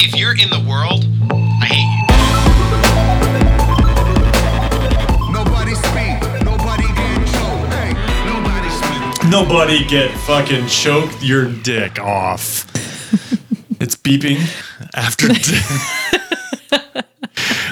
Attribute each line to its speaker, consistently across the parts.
Speaker 1: if you're in the world, I hate you.
Speaker 2: Nobody speak. Nobody get choked. Hey, nobody speak.
Speaker 3: Nobody get fucking choked your dick off. it's beeping after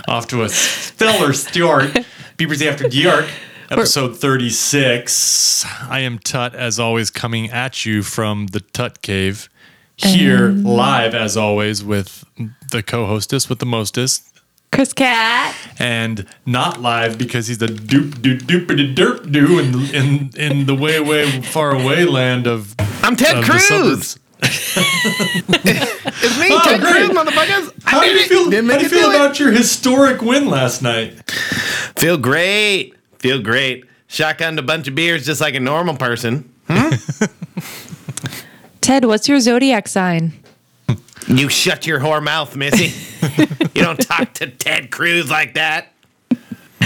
Speaker 3: off to a stellar start. Beepers after dark. Episode 36. I am Tut, as always, coming at you from the Tut Cave. Here, live, as always, with the co hostess with the mostest,
Speaker 4: Chris Cat.
Speaker 3: and not live because he's a doop doop doopity derp doo in, in in the way way far away land of,
Speaker 5: I'm Ted
Speaker 3: of the
Speaker 5: Cruz.
Speaker 3: suburbs.
Speaker 5: It's me,
Speaker 3: Oh,
Speaker 5: Ted
Speaker 3: great.
Speaker 5: Cruz, motherfuckers.
Speaker 3: How do you
Speaker 5: did it.
Speaker 3: feel?
Speaker 5: Didn't
Speaker 3: How
Speaker 5: make
Speaker 3: do you
Speaker 5: it
Speaker 3: feel
Speaker 5: do it.
Speaker 3: about your historic win last night?
Speaker 5: Feel great. Feel great. Shotgunned a bunch of beers just like a normal person.
Speaker 4: Ted, what's your zodiac sign?
Speaker 5: You shut your whore mouth, Missy. you don't talk to Ted Cruz like that.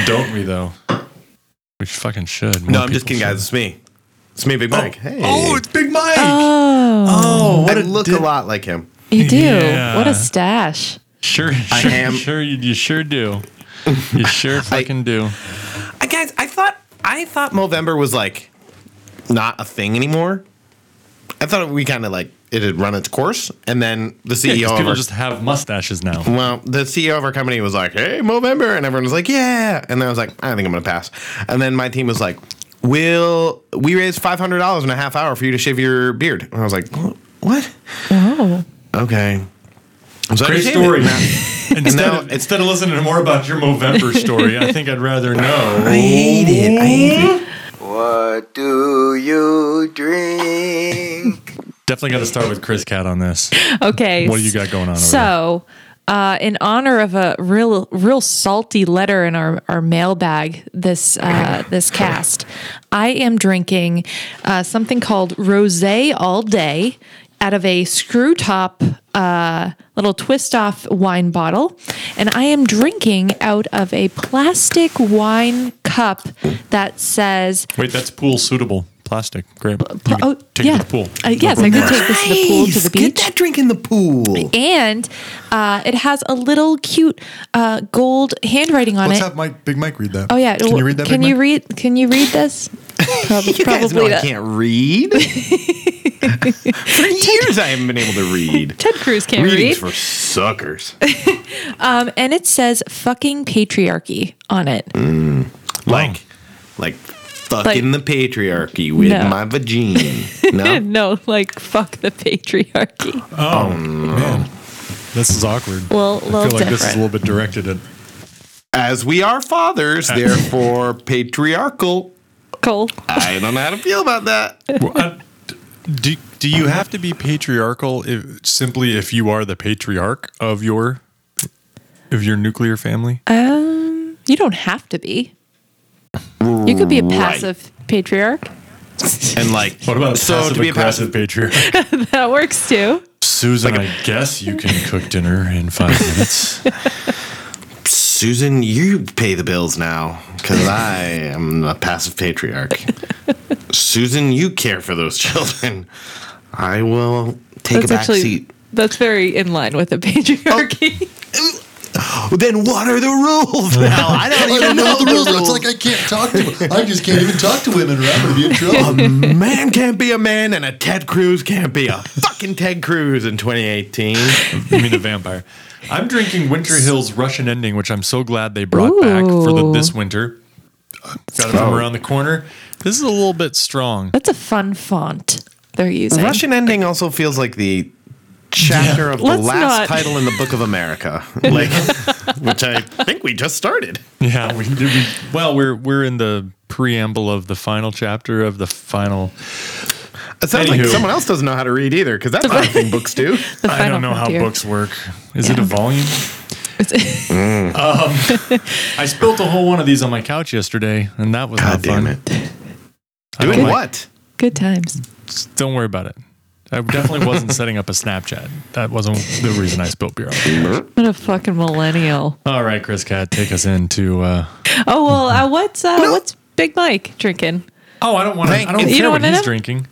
Speaker 3: Don't we though? We fucking should.
Speaker 5: No,
Speaker 3: More
Speaker 5: I'm just
Speaker 3: people
Speaker 5: kidding, guys. It's me. It's me, Big
Speaker 3: should.
Speaker 5: Mike. Hey.
Speaker 3: Oh, it's Big Mike.
Speaker 4: Oh,
Speaker 3: oh, what
Speaker 5: I
Speaker 3: a
Speaker 5: look
Speaker 3: dick.
Speaker 5: a lot like him.
Speaker 4: you do.
Speaker 3: Yeah.
Speaker 4: What a stash.
Speaker 3: Sure, sure,
Speaker 5: I am.
Speaker 3: sure. You, you sure do. You sure fucking do.
Speaker 5: I, guys, I thought I thought Movember was like not a thing anymore. I thought we kind of like it had run its course, and then the
Speaker 3: Yeah,
Speaker 5: CEO
Speaker 3: 'cause
Speaker 5: of
Speaker 3: people
Speaker 5: our
Speaker 3: just have mustaches now.
Speaker 5: Well, the CEO of our company was like, "Hey, Movember," and everyone was like, "Yeah," and then I was like, "I think I'm gonna pass." And then my team was like, "Will we raise five hundred dollars in a half hour for you to shave your beard?" And I was like, "Wh- "What?
Speaker 4: Oh.
Speaker 5: Okay." So I
Speaker 3: Great
Speaker 5: just shaved
Speaker 3: story.
Speaker 5: it. Now-
Speaker 3: Instead,
Speaker 5: Now
Speaker 3: of,
Speaker 5: it's-
Speaker 3: instead of listening to more about your Movember story, I think I'd rather know.
Speaker 5: I hate it. I hate it.
Speaker 6: What do you drink?
Speaker 3: Definitely got to start with Chris Cat on this.
Speaker 4: Okay.
Speaker 3: What do you got going on over
Speaker 4: So, uh, in honor of a real, real salty letter in our, our mailbag this uh, this cast, I am drinking uh, something called rosé all day out of a screw top uh, little twist off wine bottle, and I am drinking out of a plastic wine cup that says
Speaker 3: Wait, that's pool suitable plastic. Great. You can
Speaker 4: Oh,
Speaker 3: take
Speaker 4: yeah.
Speaker 3: it to the pool.
Speaker 4: Uh, yes, I could take this to the pool, to
Speaker 5: Nice.
Speaker 4: the
Speaker 5: Get
Speaker 4: beach.
Speaker 5: that drink in the pool.
Speaker 4: And uh, it has a little cute uh, gold handwriting on it.
Speaker 3: Mike, Big Mike read that.
Speaker 4: Oh yeah,
Speaker 3: Can you read that?
Speaker 4: Can
Speaker 3: Big
Speaker 4: you
Speaker 3: Mike?
Speaker 4: read? Can you read this? Prob-
Speaker 5: You guys know I
Speaker 4: not.
Speaker 5: can't read. for years, I haven't been able to read.
Speaker 4: Ted Cruz can't
Speaker 5: Readings
Speaker 4: read.
Speaker 5: for suckers.
Speaker 4: Um, and it says "fucking patriarchy" on it.
Speaker 5: like like fucking the patriarchy with
Speaker 4: No.
Speaker 5: my vagina. No,
Speaker 4: No, like fuck the patriarchy.
Speaker 3: This is awkward.
Speaker 4: Well,
Speaker 3: I feel
Speaker 4: little
Speaker 3: like this is a
Speaker 4: different.
Speaker 3: little bit directed at.
Speaker 5: as we are fathers, therefore patriarchal.
Speaker 4: Cole,
Speaker 5: I don't know how to feel about that.
Speaker 3: Well, I- do Do you have to be patriarchal if, simply if you are the patriarch of your of your nuclear family?
Speaker 4: Um, you don't have to be. You could be a passive patriarch.
Speaker 5: And like,
Speaker 3: What about
Speaker 5: so to be a passive?
Speaker 3: patriarch?
Speaker 4: That works too.
Speaker 3: Susan, I guess you can cook dinner in five minutes.
Speaker 5: Susan, you pay the bills now because I am a passive patriarch. Susan, you care for those children. I will take a back seat. Oh.
Speaker 4: that's very in line with the patriarchy.
Speaker 5: Then what are the rules now? I don't even know the rules. It's like
Speaker 7: I can't talk to them. I just can't even talk to women or I'm going to be in trouble.
Speaker 5: a man can't be a man and a Ted Cruz can't be a fucking Ted Cruz in 2018.
Speaker 3: I mean, a vampire. I'm drinking Winter Hill's Russian ending, which I'm so glad they brought back for the,
Speaker 4: Ooh.
Speaker 3: this winter. Got it from around the corner. This is a little bit strong.
Speaker 4: That's a fun font they're using.
Speaker 5: Russian ending also feels like the chapter of the
Speaker 4: Let's
Speaker 5: last
Speaker 4: not-
Speaker 5: title in the Book of America, like which I think we just started.
Speaker 3: Yeah, we, we well, we're we're in the preamble of the final chapter of the final.
Speaker 5: It sounds like
Speaker 3: Anywho.
Speaker 5: someone else doesn't know how to read either, because that's not a thing books do.
Speaker 4: The
Speaker 3: I
Speaker 4: final
Speaker 3: don't know
Speaker 4: frontier.
Speaker 3: how books work. Is it a volume? I spilt a whole one of these on my couch yesterday, and that was
Speaker 5: God
Speaker 3: not
Speaker 5: damn
Speaker 3: fun.
Speaker 5: it!
Speaker 3: I don't
Speaker 5: Doing
Speaker 3: like-
Speaker 5: what?
Speaker 4: Good times.
Speaker 3: Don't worry about it. I definitely wasn't setting up a Snapchat. That wasn't the reason I spilt beer. on it.
Speaker 4: What a fucking millennial.
Speaker 3: All right, Chris Cat, take us into. Uh,
Speaker 4: Oh well, uh, what's uh, what's Big Mike drinking?
Speaker 3: Oh, I don't want to. I
Speaker 5: Thank-
Speaker 3: don't
Speaker 5: You
Speaker 3: care
Speaker 4: don't
Speaker 3: what
Speaker 4: wanna
Speaker 3: he's
Speaker 4: know?
Speaker 3: drinking.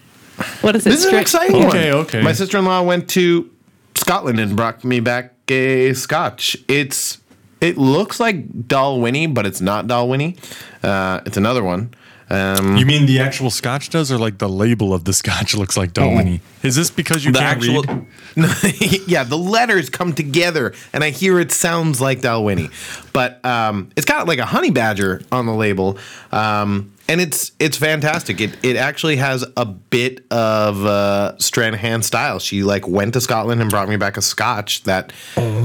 Speaker 4: What is it?
Speaker 5: This is an
Speaker 4: stri-
Speaker 5: exciting one.
Speaker 3: Okay, okay.
Speaker 5: My sister-in-law went to Scotland and brought me back a scotch. It's it looks like Dalwhinnie, but it's not Dalwhinnie. Uh, it's another one. Um,
Speaker 3: You mean the actual scotch does, or like the label of the scotch looks like Dalwhinnie? Is this because you
Speaker 5: Oh. the
Speaker 3: can't
Speaker 5: actual,
Speaker 3: read?
Speaker 5: yeah, the letters come together, and I hear it sounds like Dalwhinnie, but um, it's got like a honey badger on the label, um, and it's it's fantastic. It it actually has a bit of uh, Stranahan style. She like went to Scotland and brought me back a Scotch that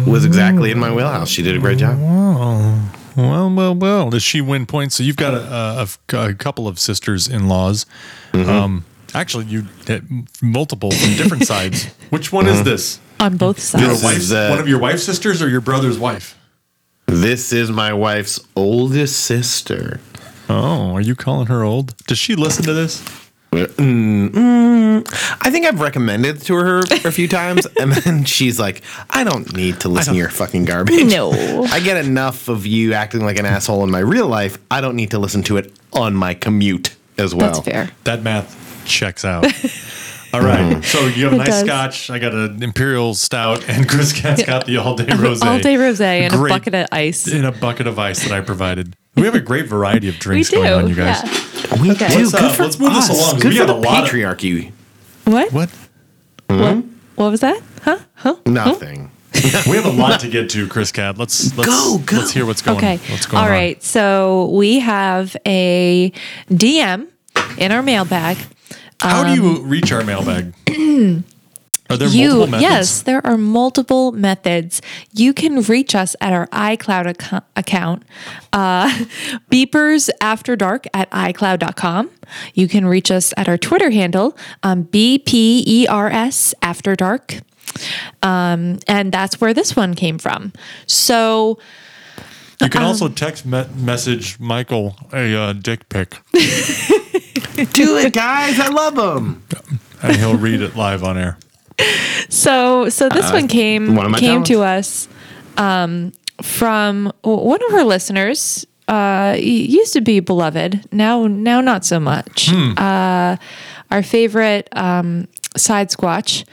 Speaker 5: was exactly in my wheelhouse. She did a great job.
Speaker 3: Well, well, well. Does she win points? So you've got a, a, a couple of sisters-in-laws.
Speaker 5: Mm-hmm.
Speaker 3: Um, actually, you hit multiple from different sides. Which one is this?
Speaker 4: on both
Speaker 3: Your
Speaker 5: Mm-hmm.
Speaker 4: sides.
Speaker 5: This is,
Speaker 3: wife's,
Speaker 5: uh,
Speaker 3: one of your wife's sisters or your brother's wife?
Speaker 5: This is my wife's oldest sister.
Speaker 3: Oh, are you calling her old? Does she listen to this?
Speaker 5: I think I've recommended to her a few times, and then she's like, "I don't need to listen to your fucking garbage.
Speaker 4: No.
Speaker 5: I get enough of you acting like an asshole in my real life. I don't need to listen to it on my commute as well."
Speaker 4: That's fair.
Speaker 3: That math checks out. All
Speaker 5: Mm-hmm.
Speaker 3: right. So you have a
Speaker 4: It
Speaker 3: nice
Speaker 4: does.
Speaker 3: scotch. I got an imperial stout, and Chris Cat's got the all day rose.
Speaker 4: All day rosé and
Speaker 3: Great.
Speaker 4: a bucket of ice.
Speaker 3: in a bucket of ice that I provided. We have a great variety of
Speaker 4: we
Speaker 3: drinks
Speaker 4: do.
Speaker 3: going on, you guys.
Speaker 4: Yeah.
Speaker 5: We
Speaker 4: Okay.
Speaker 5: do.
Speaker 4: Let's,
Speaker 5: Good
Speaker 3: uh,
Speaker 5: for
Speaker 3: let's move this
Speaker 5: us.
Speaker 3: along, 'cause
Speaker 5: Good
Speaker 3: we have
Speaker 5: for
Speaker 3: a
Speaker 5: the
Speaker 3: lot of-
Speaker 5: patriarchy.
Speaker 4: What?
Speaker 3: What?
Speaker 5: Mm-hmm.
Speaker 4: What? What was that? Huh? Huh?
Speaker 5: Nothing.
Speaker 3: We have a lot to get to, Chris Cat. Let's let's
Speaker 5: Go, go.
Speaker 3: let's hear what's going.
Speaker 4: Okay.
Speaker 3: What's going
Speaker 4: All
Speaker 3: on.
Speaker 4: right. So we have a DM in our mailbag.
Speaker 3: How do
Speaker 4: um,
Speaker 3: you reach our mailbag? Are there multiple methods?
Speaker 4: yes, there are multiple methods. You can reach us at our iCloud ac- account, uh, beepersafterdark at iCloud.com. You can reach us at our Twitter handle, um, BPERS After Dark. Um, and that's where this one came from. So,
Speaker 3: You
Speaker 4: Uh-uh.
Speaker 3: can also text me- message Michael a uh, dick pic,
Speaker 5: do it, guys. I love them.
Speaker 3: and he'll read it live on air.
Speaker 4: so, so this one came
Speaker 5: Uh, one of my
Speaker 4: came
Speaker 5: talents.
Speaker 4: to us um, from w- one of our listeners. Uh, he used to be beloved, now now not so much.
Speaker 5: Hmm.
Speaker 4: Uh, our favorite um, side squatch.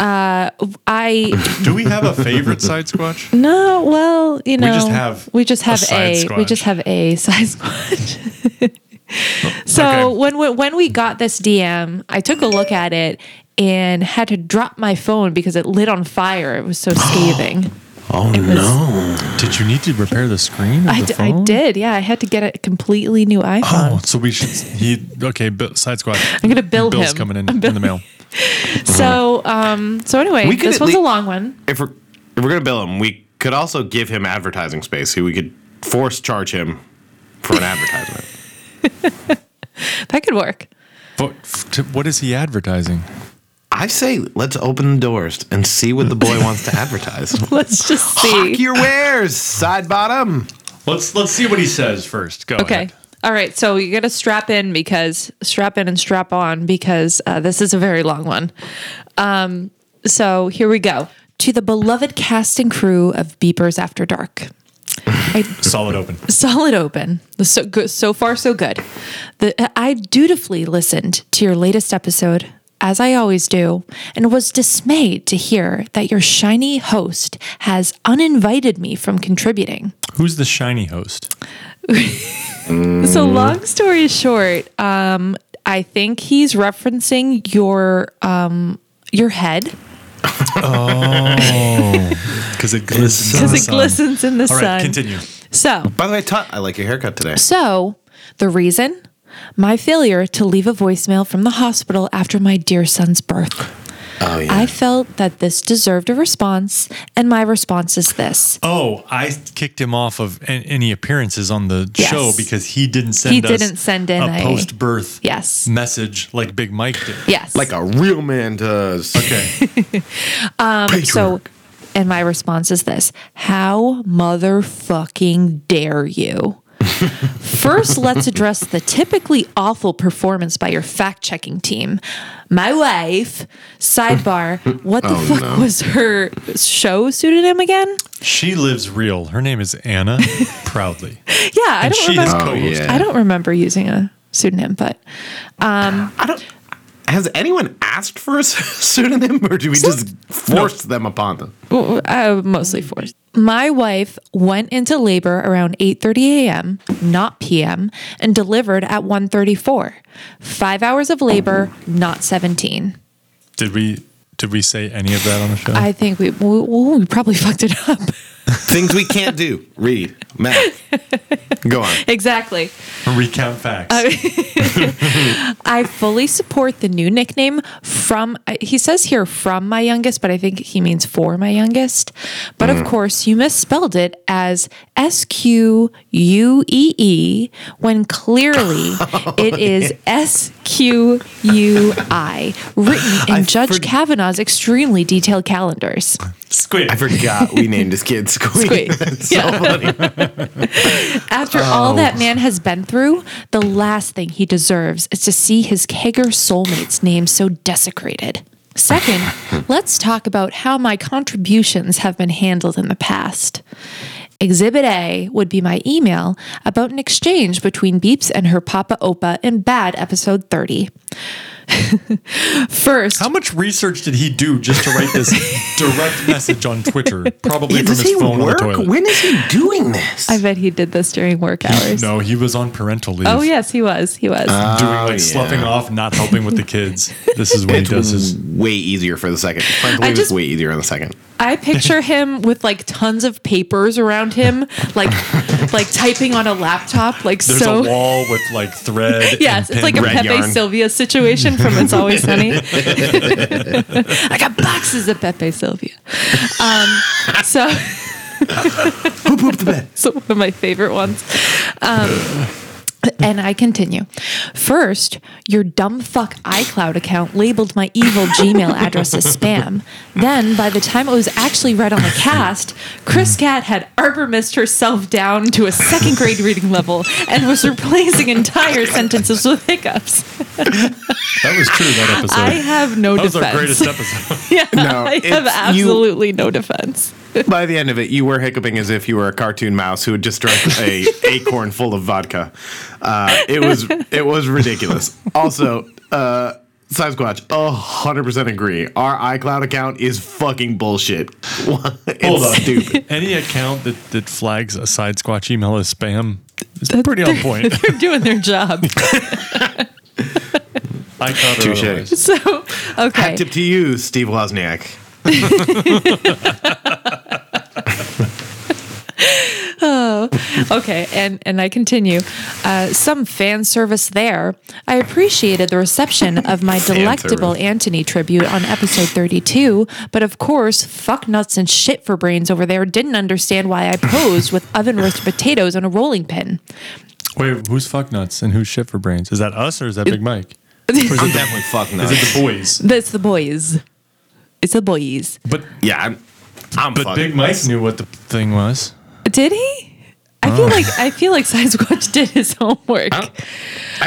Speaker 4: Uh, I
Speaker 3: Do we have a favorite side squatch?
Speaker 4: no, Uh, well, you know,
Speaker 3: just have
Speaker 4: we just
Speaker 3: a
Speaker 4: have
Speaker 3: side
Speaker 4: a, we
Speaker 3: squatch. Oh,
Speaker 4: just have a side squatch. So
Speaker 3: Okay.
Speaker 4: when we, when we got this DM, I took a look at it and had to drop my phone because it lit on fire. It was so scathing.
Speaker 5: Oh
Speaker 4: was-
Speaker 5: no!
Speaker 3: Did you need to repair the screen? Of
Speaker 4: I,
Speaker 3: the
Speaker 4: d- I
Speaker 3: phone?
Speaker 4: did, yeah. I had to get a completely new
Speaker 3: Oh,
Speaker 4: iPhone.
Speaker 3: so we should. He okay. Bill, side squatch.
Speaker 4: I'm gonna bill
Speaker 3: Bill's
Speaker 4: him.
Speaker 3: coming in
Speaker 4: I'm
Speaker 3: in the mail.
Speaker 4: So um, so anyway,
Speaker 5: We could
Speaker 4: this
Speaker 5: at
Speaker 4: one's a
Speaker 5: lea-
Speaker 4: long one.
Speaker 5: If we're if we're gonna bill him, we could also give him advertising space. So we could force charge him for an advertisement.
Speaker 4: That could work.
Speaker 3: But f- t- what is he advertising?
Speaker 5: I say let's open the doors and see what the boy wants to advertise.
Speaker 4: Let's just see.
Speaker 5: Fuck your wares, side bottom.
Speaker 3: Let's let's see what he says first. Go
Speaker 4: Okay.
Speaker 3: ahead.
Speaker 4: All right. So you got to strap in because strap in and strap on because uh, this is a very long one. Um, so here we go. To the beloved cast and crew of Beepers After Dark. I
Speaker 3: Solid open.
Speaker 4: solid open. So good. So far, so good. The, I dutifully listened to your latest episode, as I always do, and was dismayed to hear that your shiny host has uninvited me from contributing.
Speaker 3: Who's the shiny host?
Speaker 4: So long story short, um, I think he's referencing your um, your head
Speaker 3: Because it glistens.
Speaker 4: because it glistens in the
Speaker 3: All
Speaker 4: sun.
Speaker 3: right, continue.
Speaker 4: So
Speaker 5: By the way, Todd, I like your haircut today.
Speaker 4: So, the reason? My failure to leave a voicemail from the hospital after my dear son's birth.
Speaker 5: Oh
Speaker 4: I felt that this deserved a response, and my response is this.
Speaker 3: Oh, I kicked him off of a- any appearances on the
Speaker 4: Yes.
Speaker 3: show because he didn't send.
Speaker 4: He
Speaker 3: us
Speaker 4: didn't send in
Speaker 3: a
Speaker 4: a-
Speaker 3: post-birth
Speaker 4: Yes.
Speaker 3: message like Big Mike did.
Speaker 4: Yes.
Speaker 5: like a real man does.
Speaker 3: Okay.
Speaker 4: so and my response is this how motherfucking dare you first let's address the typically awful performance by your fact-checking team my wife sidebar what the fuck was her show pseudonym again
Speaker 3: she lives real. Her name is Anna Proudly.
Speaker 4: yeah i don't
Speaker 3: she is
Speaker 4: remember
Speaker 5: Oh
Speaker 3: co-host.
Speaker 5: yeah.
Speaker 4: i don't remember using a pseudonym but
Speaker 5: I don't. I has anyone asked for a pseudonym, or do we just force them upon them?
Speaker 4: Well, uh, mostly forced. My wife went into labor around 8:30 a.m., not p.m., and delivered at 1:34. 5 hours of labor, not 17.
Speaker 3: Did we did we say any of that on the show?
Speaker 4: I think we we, we probably fucked it up.
Speaker 5: Things we can't do. Read, math. Go on.
Speaker 4: exactly.
Speaker 3: Recount facts.
Speaker 4: I fully support the new nickname from, I- he says here from my youngest, but I think he means for my youngest. But
Speaker 5: Mm.
Speaker 4: of course, you misspelled it as S Q U E E when clearly
Speaker 5: Oh,
Speaker 4: it is S Q U I, written in
Speaker 5: I
Speaker 4: Judge
Speaker 5: forg-
Speaker 4: Kavanaugh's extremely detailed calendars.
Speaker 3: Squid.
Speaker 5: I forgot we named this kid Squeak.
Speaker 4: Squeak.
Speaker 5: That's so funny.
Speaker 4: After all that man has been through, the last thing he deserves is to see his Hager soulmate's name so desecrated. Second, let's talk about how my contributions have been handled in the past. Exhibit A would be my email about an exchange between Beeps and her Papa Opa in Bad Episode 30. First,
Speaker 3: How much research did he do just to write this direct message on Twitter? Probably from
Speaker 5: Does
Speaker 3: his
Speaker 5: he
Speaker 3: phone
Speaker 5: work?
Speaker 3: on the toilet.
Speaker 5: When is he doing this?
Speaker 4: I bet he did this during work hours.
Speaker 3: No, he was on parental leave.
Speaker 4: Oh, yes, he was. He was.
Speaker 3: Doing like
Speaker 5: Oh, yeah.
Speaker 3: sloughing off, not helping with the kids. This is what he does.
Speaker 5: It's
Speaker 3: His,
Speaker 5: way easier for the second. Frankly,
Speaker 4: I
Speaker 5: it's
Speaker 4: just-
Speaker 5: way easier on the second.
Speaker 4: I picture him with like tons of papers around him, like like typing on a laptop, like
Speaker 3: there's
Speaker 4: so.
Speaker 3: a wall with like thread.
Speaker 4: Yes,
Speaker 3: and
Speaker 4: it's like a
Speaker 3: pin-
Speaker 5: red
Speaker 4: Pepe
Speaker 5: yarn.
Speaker 4: Sylvia situation from It's Always Sunny. I got boxes of Pepe Sylvia. Um, so,
Speaker 5: Who pooped the bed?
Speaker 4: so one of my favorite ones. Um, and I continue. First, your dumb fuck iCloud account labeled my evil Gmail address as spam. Then, by the time it was actually read on the cast, Chris Cat had arbor missed herself down to a second grade reading level and was replacing entire sentences with hiccups.
Speaker 3: that was true that episode.
Speaker 4: I have no
Speaker 3: that was
Speaker 4: defense.
Speaker 3: our greatest episode.
Speaker 4: yeah,
Speaker 5: No,
Speaker 4: I have
Speaker 5: it's- you-
Speaker 4: absolutely no defense.
Speaker 5: By the end of it, you were hiccuping as if you were a cartoon mouse who had just drunk a acorn full of vodka. Uh, it was it was ridiculous. Also, uh, Sasquatch, hundred percent agree. Our iCloud account is fucking bullshit. it's
Speaker 3: Hold on.
Speaker 5: stupid.
Speaker 3: Any account that, that flags a side squatch email as spam is pretty on point.
Speaker 4: They're doing their job.
Speaker 3: I caught
Speaker 5: Touche.
Speaker 4: So, okay.
Speaker 5: Hat tip to you, Steve Wozniak.
Speaker 4: okay, and and I continue. Uh, some fan service there. I appreciated the reception of my delectable
Speaker 5: service.
Speaker 4: Antony tribute on episode 32, but of course, fuck nuts and shit for brains over there didn't understand why I posed with oven roasted potatoes on a rolling pin.
Speaker 3: Wait, who's fuck nuts and who's shit for brains? Is that us or is that Big Mike?
Speaker 5: I'm definitely fucking
Speaker 3: Is it the boys?
Speaker 4: That's the boys. It's the boys.
Speaker 3: But
Speaker 5: Yeah, I'm. I'm
Speaker 3: but
Speaker 5: fucking
Speaker 3: Big Mike knew what the thing was.
Speaker 4: Did he? I feel like I feel like Sasquatch did his homework.
Speaker 5: I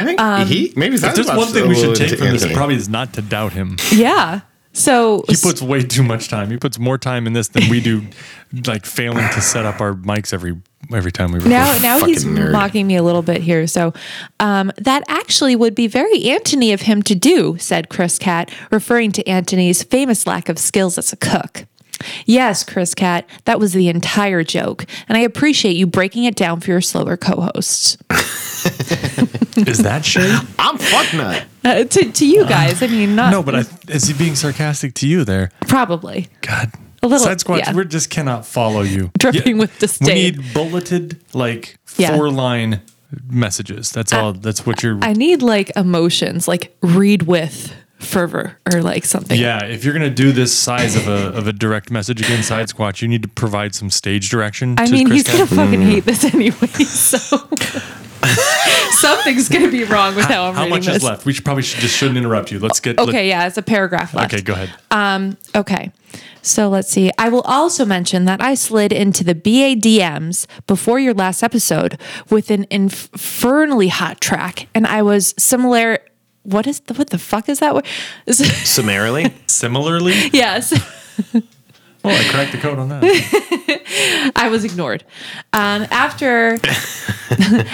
Speaker 5: think he maybe
Speaker 3: Um, If there's one thing we should take from this, probably is not to doubt him.
Speaker 4: Yeah. So
Speaker 3: He puts way too much time. He puts more time in this than we do, like failing to set up our mics every every time we record.
Speaker 4: Now, now he's
Speaker 5: Fucking nerd.
Speaker 4: mocking me a little bit here. So, um, that actually would be very Antony of him to do, said Chris Cat, referring to Antony's famous lack of skills as a cook. Yes, Chris Cat, that was the entire joke, and I appreciate you breaking it down for your slower co-hosts.
Speaker 3: is that shade?
Speaker 5: I'm fuck nut.
Speaker 4: Uh, to, to you guys, I mean, not
Speaker 3: No, but I, is he being sarcastic to you there?
Speaker 4: probably
Speaker 3: God,
Speaker 4: A little,
Speaker 3: side squatch.
Speaker 4: yeah.
Speaker 3: We just cannot follow you.
Speaker 4: dripping with
Speaker 3: We
Speaker 4: disdain.
Speaker 3: need bulleted like
Speaker 4: Yeah.
Speaker 3: four line messages. That's all. That's what you're.
Speaker 4: I need like emotions, like read with fervor or like something.
Speaker 3: yeah, if you're gonna do this size of a of a direct message against side squatch, you need to provide some stage direction.
Speaker 4: I
Speaker 3: to
Speaker 4: mean,
Speaker 3: Chris
Speaker 4: he's
Speaker 3: Cat.
Speaker 4: gonna fucking hate this anyway, so something's gonna be wrong with how I'm
Speaker 3: How
Speaker 4: reading
Speaker 3: much
Speaker 4: this.
Speaker 3: is left? We should probably should, just shouldn't interrupt you. Let's get let-
Speaker 4: Okay, yeah, it's a paragraph left. Um,
Speaker 3: okay, go ahead.
Speaker 4: Okay. So let's see. I will also mention that I slid into the BADMs before your last episode with an infernally hot track, and I was similar. What is the, what the fuck is that word? Is-
Speaker 5: Summarily,
Speaker 3: Similarly,
Speaker 4: yes.
Speaker 3: Well, Oh, I cracked the code on that.
Speaker 4: I was ignored. Um, after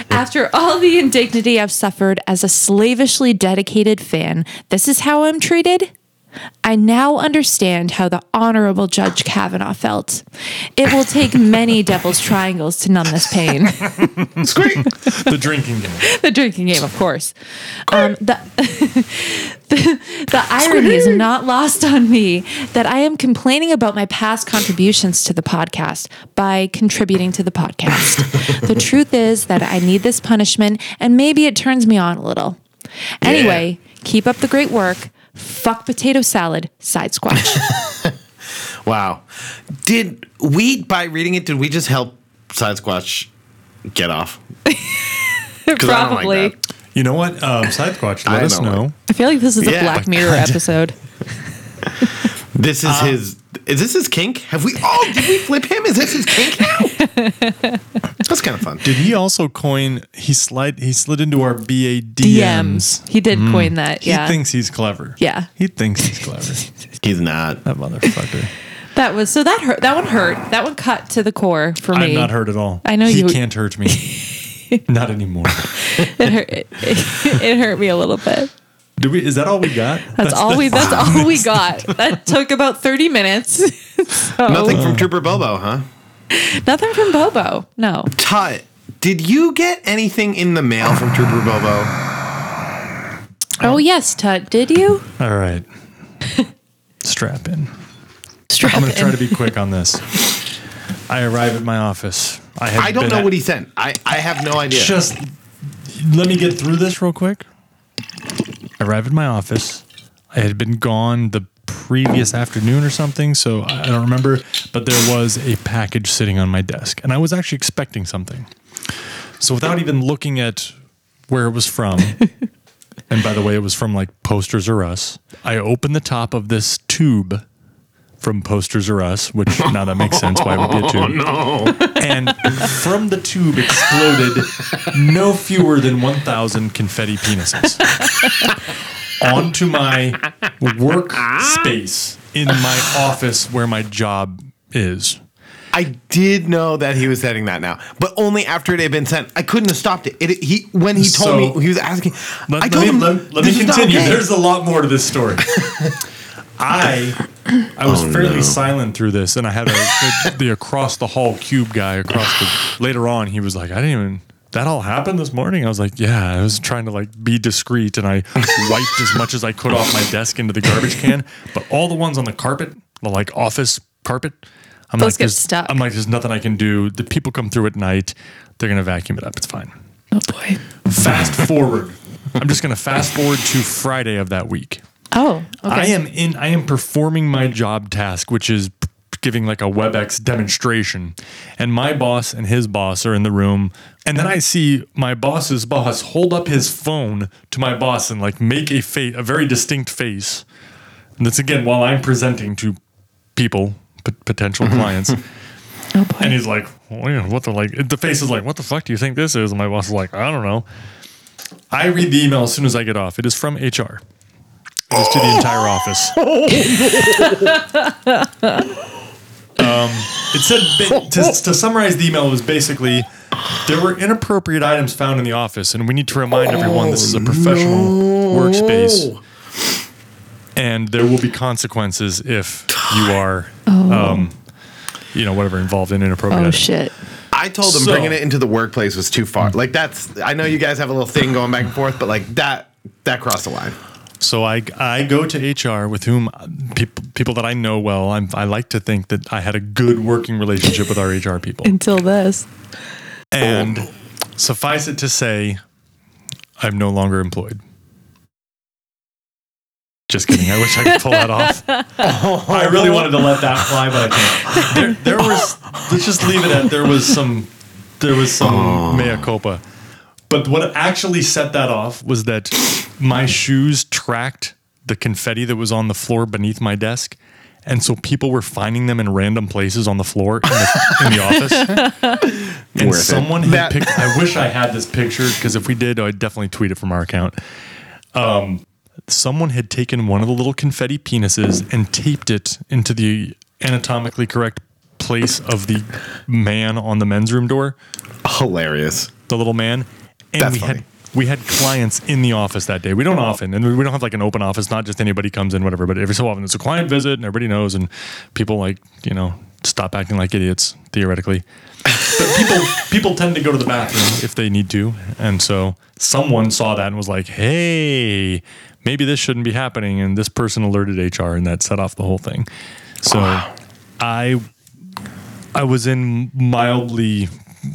Speaker 4: after all the indignity I've suffered as a slavishly dedicated fan, this is how I'm treated. I now understand how the Honorable Judge Kavanaugh felt. It will take many Devil's Triangles to numb this pain.
Speaker 3: the drinking game.
Speaker 4: the drinking game, of course. Um, the, the, the irony is not lost on me that I am complaining about my past contributions to the podcast by contributing to the podcast. the truth is that I need this punishment, and maybe it turns me on a little. Anyway, keep up the great work. Fuck potato salad, side squash.
Speaker 5: Wow. Did we, by reading it, did we just help Side Squatch get off? 'Cause I don't like
Speaker 4: Probably.
Speaker 5: that.
Speaker 3: You know what? Um, Sidewatch, let
Speaker 5: I
Speaker 3: us
Speaker 5: don't
Speaker 3: know.
Speaker 4: I feel like this is a
Speaker 5: Yeah. Oh
Speaker 4: Black Mirror episode.
Speaker 5: This is his. Is this his kink? Have we? Oh, did we flip him? Is this his kink now? That's kind of fun.
Speaker 3: Did he also coin? He slid. He slid into our BADMs.
Speaker 4: DMs. He did coin
Speaker 5: Mm.
Speaker 4: that.
Speaker 3: He
Speaker 4: Yeah.
Speaker 3: thinks he's clever.
Speaker 4: Yeah.
Speaker 3: He thinks he's clever.
Speaker 5: He's not.
Speaker 3: that motherfucker.
Speaker 4: That was so that hurt. That one hurt. That one cut to the core for me.
Speaker 3: I'm not hurt at all.
Speaker 4: I know
Speaker 3: he
Speaker 4: you-
Speaker 3: can't hurt me. not anymore.
Speaker 4: It hurt. It, it hurt me a little bit.
Speaker 3: Do we? Is that all we got?
Speaker 4: That's, all we. That's all we got. That took about thirty minutes. so,
Speaker 5: Nothing from Trooper Bobo, huh?
Speaker 4: nothing from Bobo. No.
Speaker 5: Tut. Did you get anything in the mail from Trooper Bobo?
Speaker 4: Oh yes, Tut. Did you
Speaker 3: All right. Strap in.
Speaker 4: strap
Speaker 3: I'm going to try
Speaker 4: in.
Speaker 3: to be quick on this. I arrive at my office. I, have
Speaker 5: I don't
Speaker 3: been
Speaker 5: know
Speaker 3: at-
Speaker 5: what he sent. I, I have no idea.
Speaker 3: Just let me get through this real quick. I arrived at my office. I had been gone the previous afternoon or something, so I I don't remember, but there was a package sitting on my desk, and I was actually expecting something. So without even looking at where it was from, and by the way, it was from like Posters or Us, I opened the top of this tube from Posters or Us, which now that makes sense why it would be a tube and from the tube exploded no fewer than 1,000 confetti penises onto my workspace in my office where my job is.
Speaker 5: I did know that he was sending that now, but only after it had been sent. I couldn't have stopped it. it he when he told
Speaker 3: So-
Speaker 5: me he was asking.
Speaker 3: Let,
Speaker 5: I
Speaker 3: let
Speaker 5: told
Speaker 3: me,
Speaker 5: him.
Speaker 3: let, let me
Speaker 5: "This is not
Speaker 3: continue.
Speaker 5: okay."
Speaker 3: There's a lot more to this story. I I
Speaker 4: Oh,
Speaker 3: was fairly silent through this, and I had a, the, the across the hall cube guy across the. Later on, he was like, "I didn't even." That all happened this morning. I was like, "Yeah." I was trying to like be discreet, and I wiped as much as I could off my desk into the garbage can. But all the ones on the carpet, the like office carpet, I'm
Speaker 4: Those
Speaker 3: like,
Speaker 4: get
Speaker 3: "There's-
Speaker 4: stuck."
Speaker 3: I'm like, "There's nothing I can do." The people come through at night. They're gonna vacuum it up. It's fine
Speaker 4: Oh boy.
Speaker 3: fast forward. I'm just going to fast forward to Friday of that week.
Speaker 4: Oh. Okay.
Speaker 3: I am in. I am performing my job task, which is p- giving like a WebEx demonstration, and my boss and his boss are in the room, and then I see my boss's boss hold up his phone to my boss and like make a face, a very distinct face, and that's again while I'm presenting to people, p- potential clients.
Speaker 4: Oh boy.
Speaker 3: And he's like, well, yeah, what the like? The face is like, what the fuck do you think this is? And my boss is like, I don't know. I read the email as soon as I get off. It is from HR. It is to the entire office. um, it said ba- to, to summarize the email it was basically there were inappropriate items found in the office, and we need to remind everyone this is a professional workspace, and there will be consequences if you are, um, you know, whatever involved in inappropriate.
Speaker 4: oh
Speaker 3: items.
Speaker 4: shit.
Speaker 5: I told him
Speaker 3: So-
Speaker 5: bringing it into the workplace was too far. Like that's. I know you guys have a little thing going back and forth, but like that that crossed the line.
Speaker 3: So I, I go to HR with whom people people that I know well. I'm, I like to think that I had a good working relationship with our HR people.
Speaker 4: Until this.
Speaker 3: And suffice it to say, I'm no longer employed. Just kidding. I wish I could pull that off. I really wanted to let that fly, but I can't. There, there was. Let's just leave it at there was some. There was some
Speaker 5: Oh.
Speaker 3: mea culpa. But what actually set that off was that my shoes tracked the confetti that was on the floor beneath my desk. And so people were finding them in random places on the floor in the, in the office. And
Speaker 5: Worth it.
Speaker 3: someone had
Speaker 5: That-
Speaker 3: picked, I wish I had this picture because if we did, I'd definitely tweet it from our account. Um, someone had taken one of the little confetti penises and taped it into the anatomically correct place of the man on the men's room door,
Speaker 5: Hilarious.
Speaker 3: the little man. And
Speaker 5: That's
Speaker 3: we
Speaker 5: funny. Oh.
Speaker 3: had we had clients in the office that day. We don't often, and we don't have like an open office. Not just anybody comes in, whatever. But every so often, there's a client visit, and everybody knows, and people like you know stop acting like idiots theoretically. But people people tend to go to the bathroom if they need to, and so someone saw that and was like, "Hey, maybe this shouldn't be happening." And this person alerted HR, and that set off the whole thing. So I I was in mildly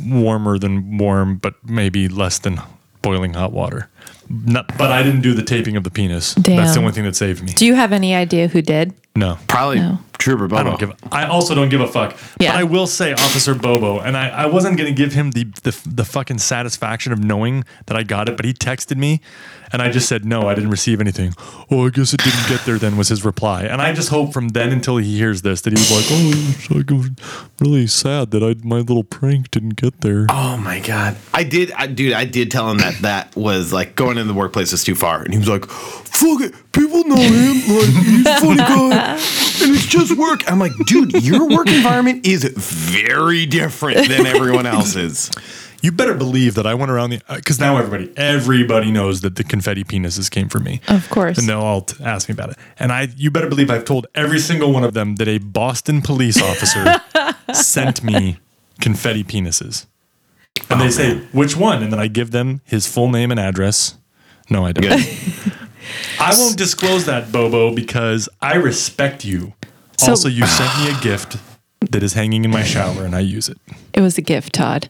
Speaker 3: warmer than warm, but maybe less than boiling hot water. Not, but I didn't do the taping of the penis. That's
Speaker 4: Damn.
Speaker 3: the only thing that saved me.
Speaker 4: Do you have any idea who did?
Speaker 3: No.
Speaker 5: Probably Trooper Bobo.
Speaker 3: I don't give. A, I also don't give a fuck.
Speaker 4: Yeah.
Speaker 3: But I will say, Officer Bobo, and I, I wasn't gonna give him the, the the fucking satisfaction of knowing that I got it, but he texted me, and I just said no, I didn't receive anything. Oh, I guess it didn't get there. Then was his reply, and I just hope from then until he hears this that he was like, oh, it's like, really sad that I my little prank didn't get there.
Speaker 5: Oh my god! I did, I, dude. I did tell him that that was like going in the workplace is too far, and he was like, "Fuck it, people know him. Like he's a funny guy, and it's just work." I'm like, dude, your work environment is very different than everyone else's.
Speaker 3: You better believe that I went around the because now everybody everybody knows that the confetti penises came from me.
Speaker 4: Of course.
Speaker 3: and they'll all t- ask me about it. And I, you better believe I've told every single one of them that a Boston police officer sent me confetti penises. And they say which one, and then I give them his full name and address. No, I don't. I won't disclose that, Bobo, because I respect you.
Speaker 4: So-
Speaker 3: also, you sent me a gift that is hanging in my shower, and I use it.
Speaker 4: It was a gift, Todd.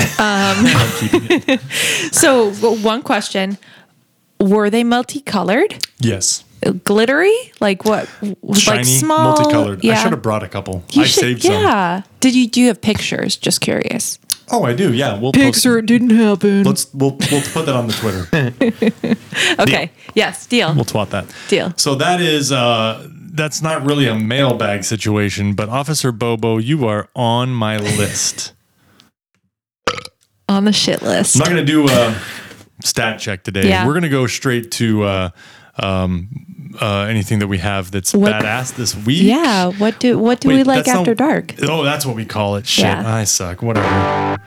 Speaker 3: I'm keeping it.
Speaker 4: So, w- one question Were they multicolored?
Speaker 3: Yes.
Speaker 4: Glittery? Like what?
Speaker 3: shiny,
Speaker 4: like small?
Speaker 3: multicolored.
Speaker 4: Yeah.
Speaker 3: I should have brought a couple.
Speaker 4: You
Speaker 3: I
Speaker 4: should-
Speaker 3: saved some.
Speaker 4: Yeah. Did you do you have pictures? Just curious.
Speaker 3: Oh, I do. Yeah, we'll
Speaker 4: it didn't happen.
Speaker 3: Post, let's we'll we'll put that on the Twitter.
Speaker 4: Okay. Yes. Deal.
Speaker 3: We'll twat that.
Speaker 4: Deal.
Speaker 3: So that is uh that's not really a mailbag situation, but Officer Bobo, you are on my list.
Speaker 4: On the shit
Speaker 3: I'm
Speaker 4: list.
Speaker 3: not gonna do a stat check today.
Speaker 4: Yeah.
Speaker 3: We're gonna go straight to uh um uh anything that we have that's
Speaker 4: What-
Speaker 3: badass this week.
Speaker 4: Yeah. What do What do
Speaker 3: Wait,
Speaker 4: we like
Speaker 3: that's not-
Speaker 4: after dark?
Speaker 3: Oh, that's what we call it. Shit.
Speaker 4: Yeah.
Speaker 3: I suck. Whatever.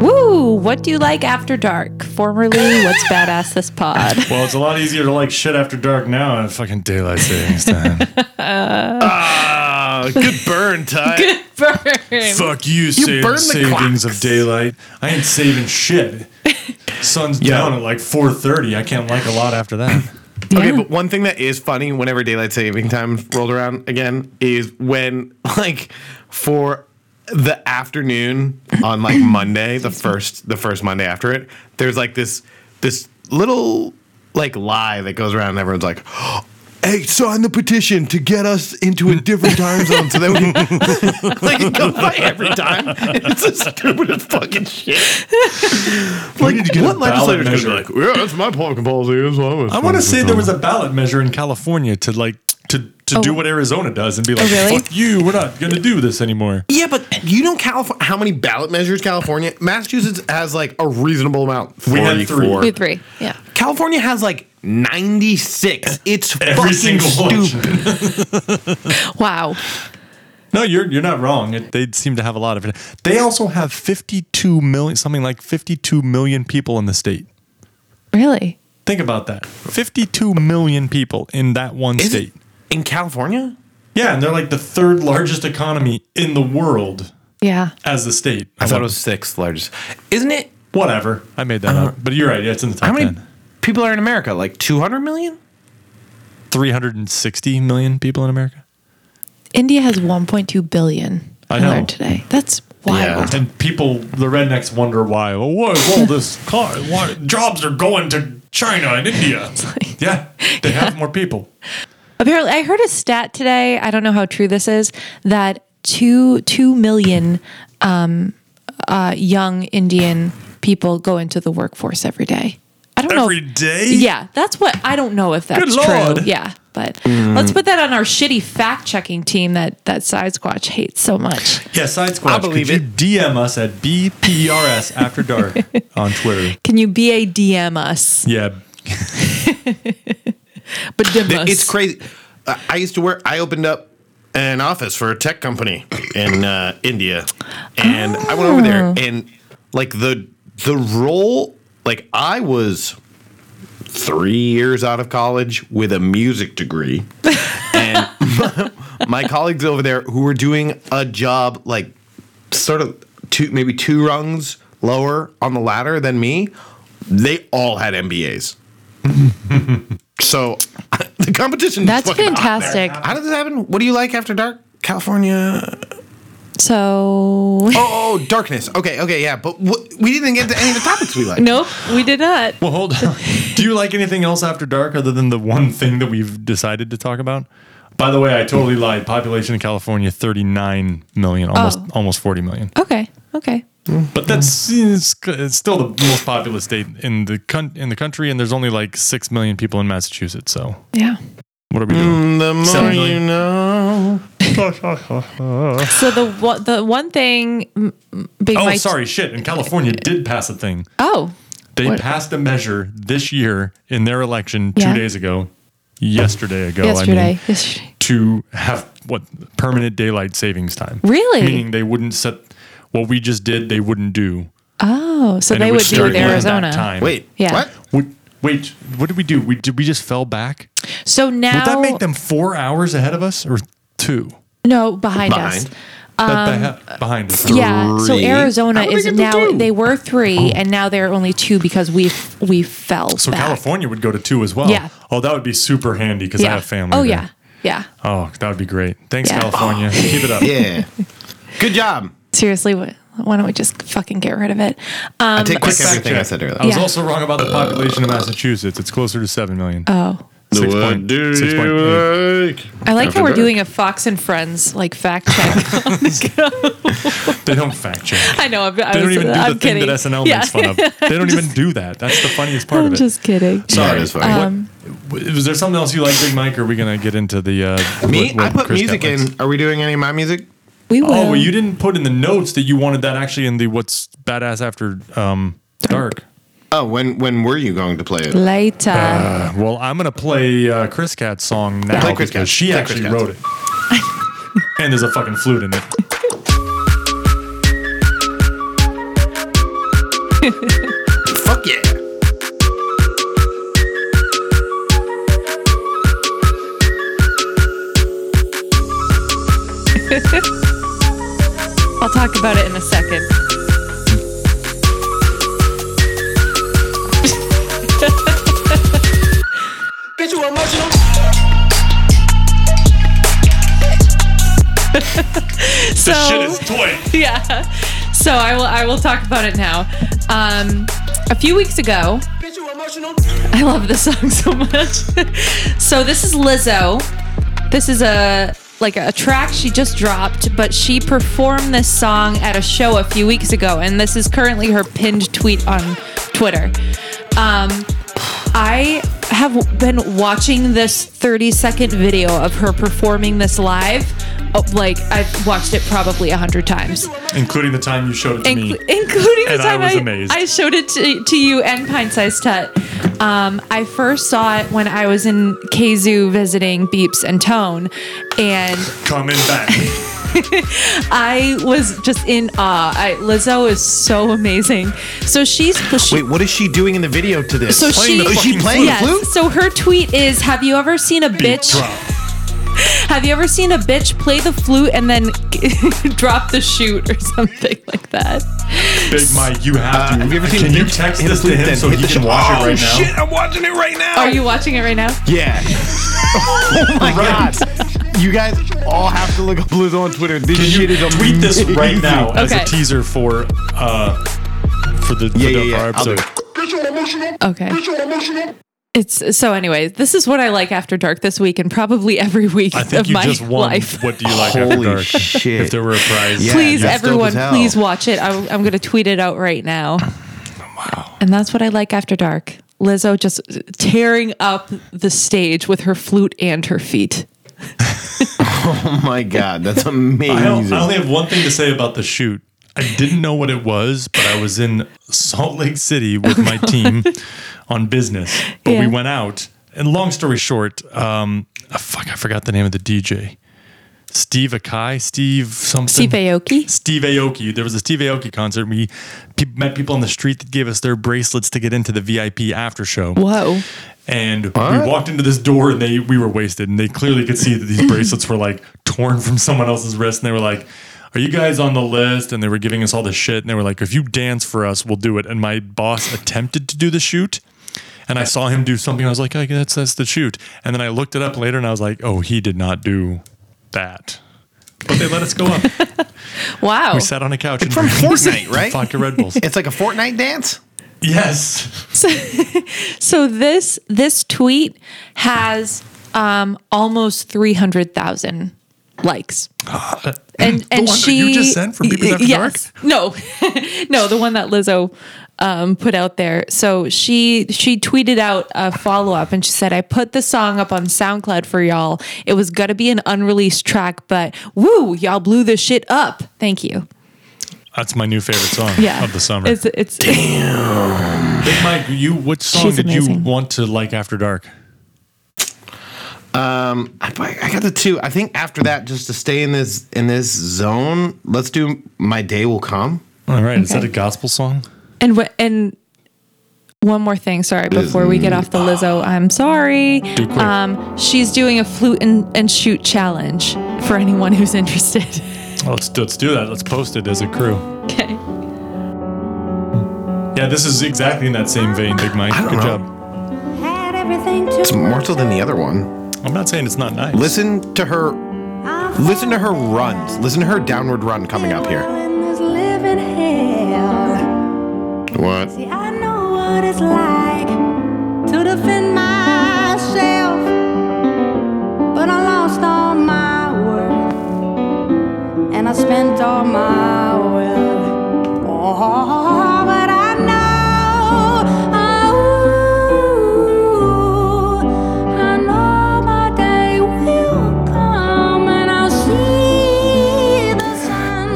Speaker 4: Woo! What do you like after dark? Formerly, what's badass this pod?
Speaker 3: Well, it's a lot easier to like shit after dark now at fucking daylight savings time.
Speaker 5: Ah, good burn, Ty.
Speaker 4: Burn.
Speaker 3: Fuck you, saving
Speaker 5: burn the
Speaker 3: savings of
Speaker 5: clocks.
Speaker 3: daylight. I ain't saving shit. Sun's down at like four thirty. I can't like a lot after that.
Speaker 5: Okay, but one thing that is funny whenever daylight saving time rolled around again is when like for the afternoon on like Monday, the first the first Monday after it, there's like this this little like lie that goes around and everyone's like Hey, sign the petition to get us into a different time zone so that we can like it goes by every time. It's the stupidest fucking shit. Like,
Speaker 3: need to get a
Speaker 5: what
Speaker 3: ballot
Speaker 5: legislators gonna be
Speaker 3: measure.
Speaker 5: like, yeah, that's my parking policy. That's what was
Speaker 3: I want to say there
Speaker 5: was.
Speaker 3: was a ballot measure in California to like to to do
Speaker 4: Oh.
Speaker 3: what Arizona does and be like,
Speaker 4: really?
Speaker 3: "Fuck you, we're not gonna do this anymore."
Speaker 5: Yeah, but you know California, how many ballot measures California? Massachusetts has like a reasonable amount.
Speaker 3: We had
Speaker 5: 44.
Speaker 3: three.
Speaker 4: You three. Yeah.
Speaker 5: California has like 96. It's
Speaker 3: E-, Every
Speaker 5: fucking
Speaker 3: single
Speaker 5: stupid.
Speaker 3: election.
Speaker 4: Wow.
Speaker 3: No, you're you're not wrong. It, they seem to have a lot of it. They also have fifty two million, something like fifty two million people in the state.
Speaker 4: Really?
Speaker 3: Think about that. Fifty two million people in that one
Speaker 5: Is
Speaker 3: state.
Speaker 5: it in California?
Speaker 3: Yeah, and they're like the third largest economy in the world
Speaker 4: Yeah.
Speaker 3: as the state.
Speaker 5: I thought it was sixth largest. Isn't it?
Speaker 3: whatever. I made that up, but you're right. Yeah, it's in the top
Speaker 5: How many
Speaker 3: ten.
Speaker 5: people are in America? Like 200 million?
Speaker 3: Three hundred and sixty million people in America,
Speaker 4: India has 1.2 billion.
Speaker 3: I know.
Speaker 4: learned today. That's wild.
Speaker 3: and people, the rednecks, wonder why. Oh, why is all this car? Why jobs are going to China and India? yeah, they have more people.
Speaker 4: Apparently, I heard a stat today. I don't know how true this is. That two two million um, uh, young Indian people go into the workforce every day. I don't know.
Speaker 3: Every
Speaker 4: if-
Speaker 3: day.
Speaker 4: Yeah, that's what I don't know if that's
Speaker 3: Good
Speaker 4: true.
Speaker 3: Lord.
Speaker 4: Yeah, but let's put that on our shitty fact checking team that that Sidesquatch hates so much.
Speaker 3: Yeah, side squad.
Speaker 5: I believe
Speaker 3: could
Speaker 5: it.
Speaker 3: You DM us at bprs after dark on Twitter.
Speaker 4: Can you BADM us?
Speaker 3: Yeah,
Speaker 4: But
Speaker 5: It's crazy. I I used to work. I opened up an office for a tech company in uh, India, and I went over there, and like the the role, like I was three years out of college with a music degree, and my, my colleagues over there who were doing a job like sort of two maybe two rungs lower on the ladder than me, they all had MBAs. so the competition is
Speaker 4: That's
Speaker 5: fucking out there.
Speaker 4: fantastic.
Speaker 5: How did this happen? What do you like after dark? California.
Speaker 4: So
Speaker 5: Oh, oh, darkness. Okay, okay, yeah. But wh- we didn't get to any of the topics we like.
Speaker 4: nope, we did not.
Speaker 3: Well, hold on. Do you like anything else after dark other than the one thing that we've decided to talk about? By the way, I totally lied. Population in California, 39 million, almost
Speaker 4: Oh.
Speaker 3: almost 40 million.
Speaker 4: Okay, okay.
Speaker 3: But that's it's, it's still the most populous state in the con- in the country, and there's only like 6 million people in Massachusetts. So
Speaker 4: Yeah.
Speaker 3: what are we doing?
Speaker 5: Mm, The more
Speaker 3: Seven
Speaker 5: you
Speaker 3: million.
Speaker 5: know.
Speaker 4: So the one the one thing mm, being
Speaker 3: Oh,
Speaker 4: my
Speaker 3: sorry, shit. And California did pass a thing.
Speaker 4: Oh,
Speaker 3: They
Speaker 4: What?
Speaker 3: passed a measure this year in their election two
Speaker 4: Yeah.
Speaker 3: days ago, yesterday ago, Oh, I mean,
Speaker 4: yesterday. yesterday.
Speaker 3: to have what permanent daylight savings time.
Speaker 4: Really?
Speaker 3: Meaning they wouldn't set what we just did, they wouldn't do.
Speaker 4: Oh, so
Speaker 3: And it
Speaker 4: they
Speaker 3: would
Speaker 4: would do
Speaker 3: start
Speaker 4: with
Speaker 3: when that
Speaker 4: Arizona.
Speaker 3: time.
Speaker 5: Wait,
Speaker 4: Yeah.
Speaker 5: what?
Speaker 3: Would- wait, what did we do? We, did we just fell back?
Speaker 4: So now
Speaker 3: Would that make them four hours ahead of us or two?
Speaker 4: no behind, us.
Speaker 5: Behind.
Speaker 4: Um,
Speaker 3: But behe- behind us.
Speaker 4: Yeah. So
Speaker 5: Three.
Speaker 4: Arizona
Speaker 5: How would they
Speaker 4: is
Speaker 5: get to
Speaker 4: now
Speaker 5: two?
Speaker 4: they were three and now they're only two because we we fell.
Speaker 3: Oh. So
Speaker 4: back.
Speaker 3: California would go to two as well.
Speaker 4: Yeah.
Speaker 3: Oh, that would be super handy because I
Speaker 4: Yeah.
Speaker 3: have family.
Speaker 4: oh
Speaker 3: there.
Speaker 4: yeah. Yeah.
Speaker 3: Oh, that would be great. Thanks,
Speaker 4: Yeah.
Speaker 3: California. Keep it up.
Speaker 5: Oh. Yeah. Good job.
Speaker 4: Seriously, wh- why don't we just fucking get rid of it?
Speaker 5: I
Speaker 4: Um
Speaker 5: take back
Speaker 3: Quick fact
Speaker 5: everything I
Speaker 3: check.
Speaker 5: said earlier.
Speaker 3: I was
Speaker 4: Yeah.
Speaker 3: also wrong about the population of Massachusetts. It's closer to 7 million.
Speaker 4: oh.
Speaker 3: Six
Speaker 5: What
Speaker 3: point-
Speaker 5: do
Speaker 3: six
Speaker 5: you
Speaker 3: point mm. eight.
Speaker 5: like?
Speaker 4: I like
Speaker 5: After
Speaker 4: how we're
Speaker 5: dark.
Speaker 4: doing a Fox and Friends like fact check. on the go.
Speaker 3: They don't fact check.
Speaker 4: I know. I'm,
Speaker 3: They
Speaker 4: I
Speaker 3: don't
Speaker 4: was,
Speaker 3: even do
Speaker 4: I'm
Speaker 3: the
Speaker 4: kidding.
Speaker 3: thing that SNL
Speaker 4: Yeah.
Speaker 3: makes fun of. They don't even do that. That's the funniest part
Speaker 4: I'm
Speaker 3: of it.
Speaker 4: just kidding. Um,
Speaker 5: Sorry. is
Speaker 4: Uh,
Speaker 5: funny.
Speaker 3: W- Was there something else you like, Big Mike? Or are we gonna get into the uh,
Speaker 5: Me,
Speaker 3: what- what
Speaker 5: I put
Speaker 3: Chris
Speaker 5: music
Speaker 3: Gatlin-
Speaker 5: in. Are we doing any of my music?
Speaker 4: We will.
Speaker 3: Oh, well, you didn't put in the notes that you wanted that actually in the what's badass after um, dark.
Speaker 5: Oh, when when were you going to play it?
Speaker 4: later.
Speaker 3: Uh, well, I'm gonna play uh, Chris Cat's song now
Speaker 5: Play Chris
Speaker 3: because
Speaker 5: Cat.
Speaker 3: she
Speaker 5: Play Chris
Speaker 3: actually
Speaker 5: Cat.
Speaker 3: wrote it, and there's a fucking flute in it.
Speaker 5: Fuck yeah.
Speaker 4: I'll talk about it in a second.
Speaker 8: Bitch, you emotional?
Speaker 4: So
Speaker 3: toy.
Speaker 4: yeah. So I will. I will talk about it now. Um, a few weeks ago,
Speaker 8: Bitch, you emotional?
Speaker 4: I love this song so much. so this is Lizzo. This is a like a track she just dropped, but she performed this song at a show a few weeks ago, and this is currently her pinned tweet on Twitter. Um, I have been watching this 30 second video of her performing this live. Oh, like I've watched it probably a hundred times.
Speaker 3: Including the time you showed it to me.
Speaker 4: Inclu- including the
Speaker 3: And I
Speaker 4: time
Speaker 3: was amazed.
Speaker 4: I showed it to, to you and Pint Size Tut. Um, I first saw it when I was in Kazoo visiting Beeps and Tone, and
Speaker 3: Coming back.
Speaker 4: I was just in awe. I, Lizzo is so amazing. So she's she,
Speaker 5: Wait, what is she doing in the video to this?
Speaker 4: so she
Speaker 5: is she playing
Speaker 4: yes.
Speaker 5: the flute?
Speaker 4: So her tweet is: Have you ever seen a
Speaker 3: Beat
Speaker 4: bitch?
Speaker 3: drop.
Speaker 4: Have you ever seen a bitch play the flute and then drop the chute or something like that?
Speaker 3: Big Mike, you have to.
Speaker 5: Uh, have you ever seen
Speaker 3: can
Speaker 5: a
Speaker 3: you
Speaker 5: bitch
Speaker 3: text
Speaker 5: hit a
Speaker 3: this to
Speaker 5: flute
Speaker 3: him
Speaker 5: then
Speaker 3: so
Speaker 5: hit
Speaker 3: he
Speaker 5: the
Speaker 3: can
Speaker 5: shit?
Speaker 3: watch it
Speaker 5: Oh,
Speaker 3: right now?
Speaker 5: shit, I'm watching it right now.
Speaker 4: Are you watching it right now?
Speaker 5: Yeah. oh my god. You guys all have to look up Lizzo on Twitter. This
Speaker 3: Can
Speaker 5: shit
Speaker 3: you
Speaker 5: is amazing. Oh
Speaker 3: tweet this right now as
Speaker 4: Okay.
Speaker 3: a teaser for uh for the for
Speaker 5: Yeah,
Speaker 3: the-
Speaker 5: yeah, yeah.
Speaker 3: our
Speaker 5: I'll do
Speaker 3: episode?
Speaker 5: it.
Speaker 4: Okay. It's so anyway, this is what I like after dark this week and probably every week
Speaker 3: I think
Speaker 4: of
Speaker 3: you
Speaker 4: my
Speaker 3: just won.
Speaker 4: life.
Speaker 3: What do you like after
Speaker 5: Holy
Speaker 3: dark?
Speaker 5: shit.
Speaker 3: If there were a prize,
Speaker 5: Yeah.
Speaker 4: please,
Speaker 5: that's dope
Speaker 4: everyone,
Speaker 5: as hell.
Speaker 4: please watch it. I, I'm going to tweet it out right now. And that's what I like after dark. Lizzo just tearing up the stage with her flute and her feet.
Speaker 5: Oh my god, that's amazing.
Speaker 3: I, don't- I only have one thing to say about the shoot. I didn't know what it was, but I was in Salt Lake City with my team on business. But
Speaker 4: Yeah.
Speaker 3: we went out and long story short, um, oh, fuck, I forgot the name of the DJ. Steve Akai, Steve something.
Speaker 4: Steve Aoki?
Speaker 3: Steve Aoki. There was a Steve Aoki concert. We pe- met people on the street that gave us their bracelets to get into the VIP after show.
Speaker 4: Whoa.
Speaker 3: And we walked into this door and they we were wasted and they clearly could see that these bracelets were like torn from someone else's wrist and they were like, Are you guys on the list? And they were giving us all this shit and they were like, If you dance for us, we'll do it. And my boss attempted to do the shoot and I saw him do something. I was like, oh, that's that's the shoot. And then I looked it up later and I was like, Oh, he did not do that. But they let us go up.
Speaker 4: Wow.
Speaker 3: We sat on a couch and
Speaker 5: Oh. From Fortnite,
Speaker 3: drank
Speaker 5: right?
Speaker 3: vodka Red Bulls.
Speaker 5: It's like a Fortnite dance.
Speaker 3: yes.
Speaker 4: So this this tweet has um almost 300,000 likes. And and
Speaker 3: one that
Speaker 4: she
Speaker 3: you just sent from Beepers After
Speaker 4: yes. No. no, the one that Lizzo um, put out there. So she she tweeted out a follow up and she said, "I put the song up on SoundCloud for y'all. It was gonna be an unreleased track, but woo, y'all blew this shit up. Thank you."
Speaker 3: That's my new favorite song
Speaker 4: Yeah,
Speaker 3: of the summer.
Speaker 4: It's it's
Speaker 3: Hey, Mike, you what song
Speaker 4: She's
Speaker 3: did you
Speaker 4: amazing.
Speaker 3: want to like after dark?
Speaker 5: I, I got the two. I think after that, just to stay in this in this zone, let's do "My Day Will Come."
Speaker 3: All right, is that a gospel song?
Speaker 4: And wh- and one more thing, sorry, before we get off the Lizzo, I'm sorry.
Speaker 3: it quick.
Speaker 4: Um, she's doing a flute and, and shoot challenge for anyone who's interested.
Speaker 3: Well, Oh, let's let's do that. Let's post it as a crew.
Speaker 4: okay.
Speaker 3: Yeah, this is exactly in that same vein, Big Mike.
Speaker 5: I don't
Speaker 3: Good
Speaker 5: know.
Speaker 3: job.
Speaker 9: Had everything to
Speaker 5: It's more so than the other one.
Speaker 3: I'm not saying it's not nice.
Speaker 5: Listen to her. Listen to her runs. Listen to her downward run coming up here.
Speaker 9: in this living hell.
Speaker 5: What?
Speaker 9: See, I know what it's like to defend myself, but I lost all my worth and I spent all my wealth. Oh, but I know, oh, I know my day will come and I'll see the sun,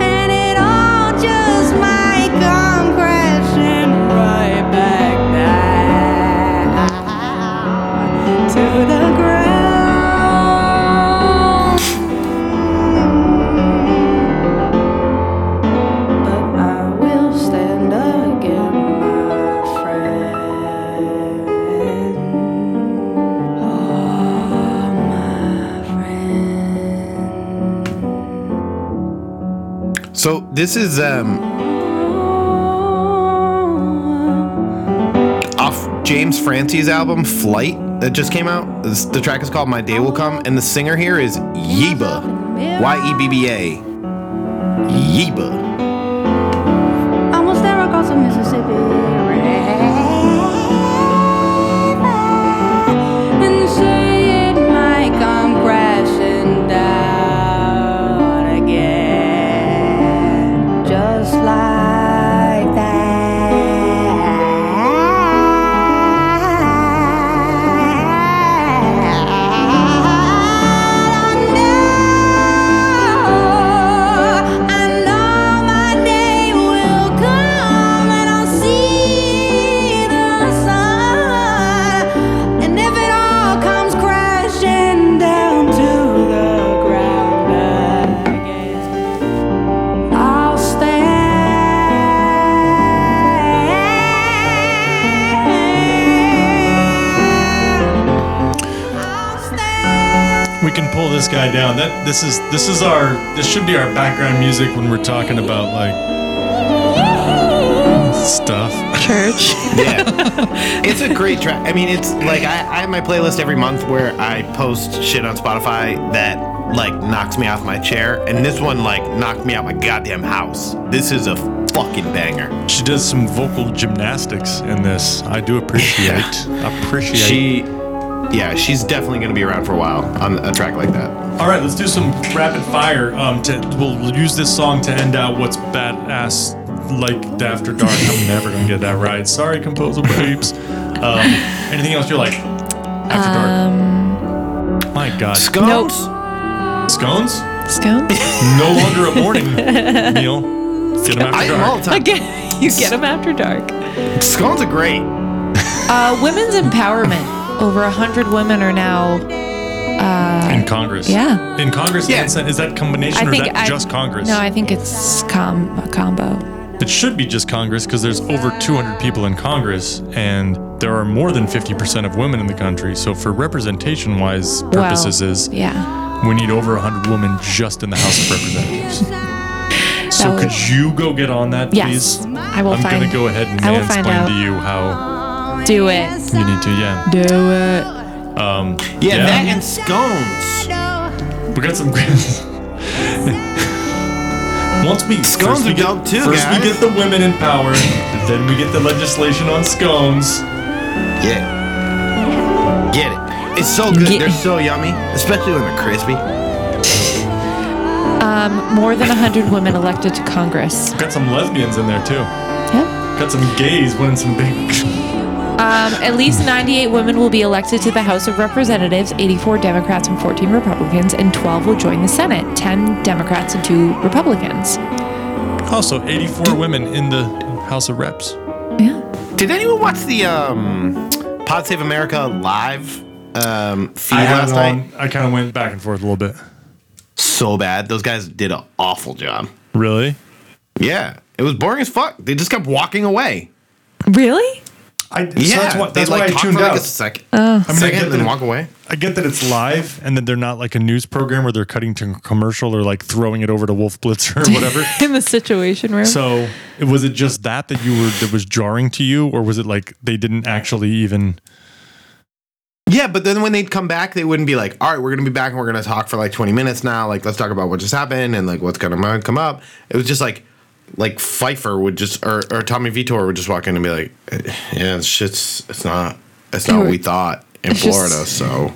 Speaker 9: and it all just might come crashing right back down to the ground. But I will stand again, my friend. Oh, my friend.
Speaker 5: So this is um
Speaker 9: Oh,
Speaker 5: off James Francie's album Flight that just came out. This, the track is called "My Day Will Come," and the singer here is Yeba, Y E B B A, Yeba.
Speaker 9: Almost there across the Mississippi River, and say it might come crashing down again, just like that. I know, I know my day will come, and I'll see the sun. And if it all comes crashing down to the ground, I guess I'll stand. I'll stand.
Speaker 3: We can pull this guy down. That this is this is our this should be our background music when we're talking about like stuff.
Speaker 4: Church.
Speaker 5: Yeah, it's a great track. I mean, it's like I, I have my playlist every month where I post shit on Spotify that like knocks me off my chair, and this one like knocked me out my goddamn house. This is a fucking banger.
Speaker 3: She does some vocal gymnastics in this. I do appreciate appreciate.
Speaker 5: She, yeah, she's definitely gonna be around for a while on a track like that.
Speaker 3: All right, let's do some rapid fire. Um, to, we'll use this song to end out what's badass like after dark. I'm never gonna get that right. Sorry, composer babes. Um, anything else you're like after dark? My God,
Speaker 5: Scones.
Speaker 3: scones?
Speaker 4: Scones?
Speaker 3: No longer a morning meal. Get 'em
Speaker 5: I
Speaker 3: after
Speaker 5: am all
Speaker 3: dark.
Speaker 5: the time.
Speaker 4: Again, you get them after dark.
Speaker 5: Scones are great.
Speaker 4: Uh, women's empowerment. Over a hundred women are now.
Speaker 3: in Congress.
Speaker 4: yeah.
Speaker 3: In Congress
Speaker 1: Yeah.
Speaker 3: and Senate. Is that combination
Speaker 4: I
Speaker 3: or
Speaker 4: think
Speaker 3: that
Speaker 4: I,
Speaker 3: just Congress?
Speaker 4: No, I think it's com- a combo.
Speaker 3: it should be just Congress because there's over 200 people in Congress and there are more than 50% of women in the country. So for representation wise purposes is
Speaker 4: Yeah.
Speaker 3: we need over 100 women just in the House of Representatives. so
Speaker 4: That
Speaker 3: could
Speaker 4: would-
Speaker 3: you go get on that
Speaker 4: Yes.
Speaker 3: please?
Speaker 4: I will
Speaker 3: I'm
Speaker 4: find.
Speaker 3: going to go ahead and
Speaker 4: I will find
Speaker 3: mansplain
Speaker 4: out.
Speaker 3: to you how
Speaker 4: Do it.
Speaker 3: you need to, yeah.
Speaker 4: Do it.
Speaker 3: Um,
Speaker 5: Yeah, that and scones.
Speaker 3: we got some. Once we
Speaker 5: Scones
Speaker 3: first
Speaker 5: are
Speaker 3: we get-
Speaker 5: dope too,
Speaker 3: First
Speaker 5: guys.
Speaker 3: we get the women in power, then we get the legislation on scones.
Speaker 5: Yeah. Get it. It's so good.
Speaker 4: Get-
Speaker 5: They're so yummy, especially when they're crispy.
Speaker 4: More than a hundred women elected to Congress.
Speaker 3: Got some lesbians in there too.
Speaker 4: Yep.
Speaker 3: Got some gays winning some big.
Speaker 4: Um, at least 98 women will be elected to the House of Representatives. 84 Democrats and 14 Republicans, and 12 will join the Senate. 10 Democrats and two Republicans.
Speaker 3: Also, 84 women in the House of Reps.
Speaker 4: Yeah.
Speaker 5: Did anyone watch the um, Pod Save America live um, feed last night?
Speaker 3: I kind of went back and forth a little bit.
Speaker 5: So bad. Those guys did an awful job.
Speaker 3: Really?
Speaker 5: Yeah, it was boring as fuck. They just kept walking away.
Speaker 4: Really?
Speaker 3: I, so
Speaker 5: Yeah,
Speaker 3: that's why, that's
Speaker 5: they
Speaker 3: why
Speaker 5: like
Speaker 3: I
Speaker 5: talked
Speaker 3: tuned
Speaker 5: for like
Speaker 3: out.
Speaker 5: a second,
Speaker 3: I mean, I
Speaker 5: second,
Speaker 3: get,
Speaker 5: and then
Speaker 3: that,
Speaker 5: walk away.
Speaker 3: I get that it's live and that they're not like a news program where they're cutting to commercial or like throwing it over to Wolf Blitzer or whatever.
Speaker 4: In the Situation Room.
Speaker 3: So, it- was it just that that you were that was jarring to you, or was it like they didn't actually even?
Speaker 5: Yeah, but then when they'd come back, they wouldn't be like, "All right, we're gonna be back and we're gonna talk for like twenty minutes now. Like, let's talk about what just happened and like what's gonna come up." It was just like, like Pfeiffer would just or, or Tommy Vitor would just walk in and be like, "Eh, "Yeah, it's just it's not it's
Speaker 4: They
Speaker 5: not what
Speaker 4: were-
Speaker 5: we thought in
Speaker 4: it's just
Speaker 5: Florida, so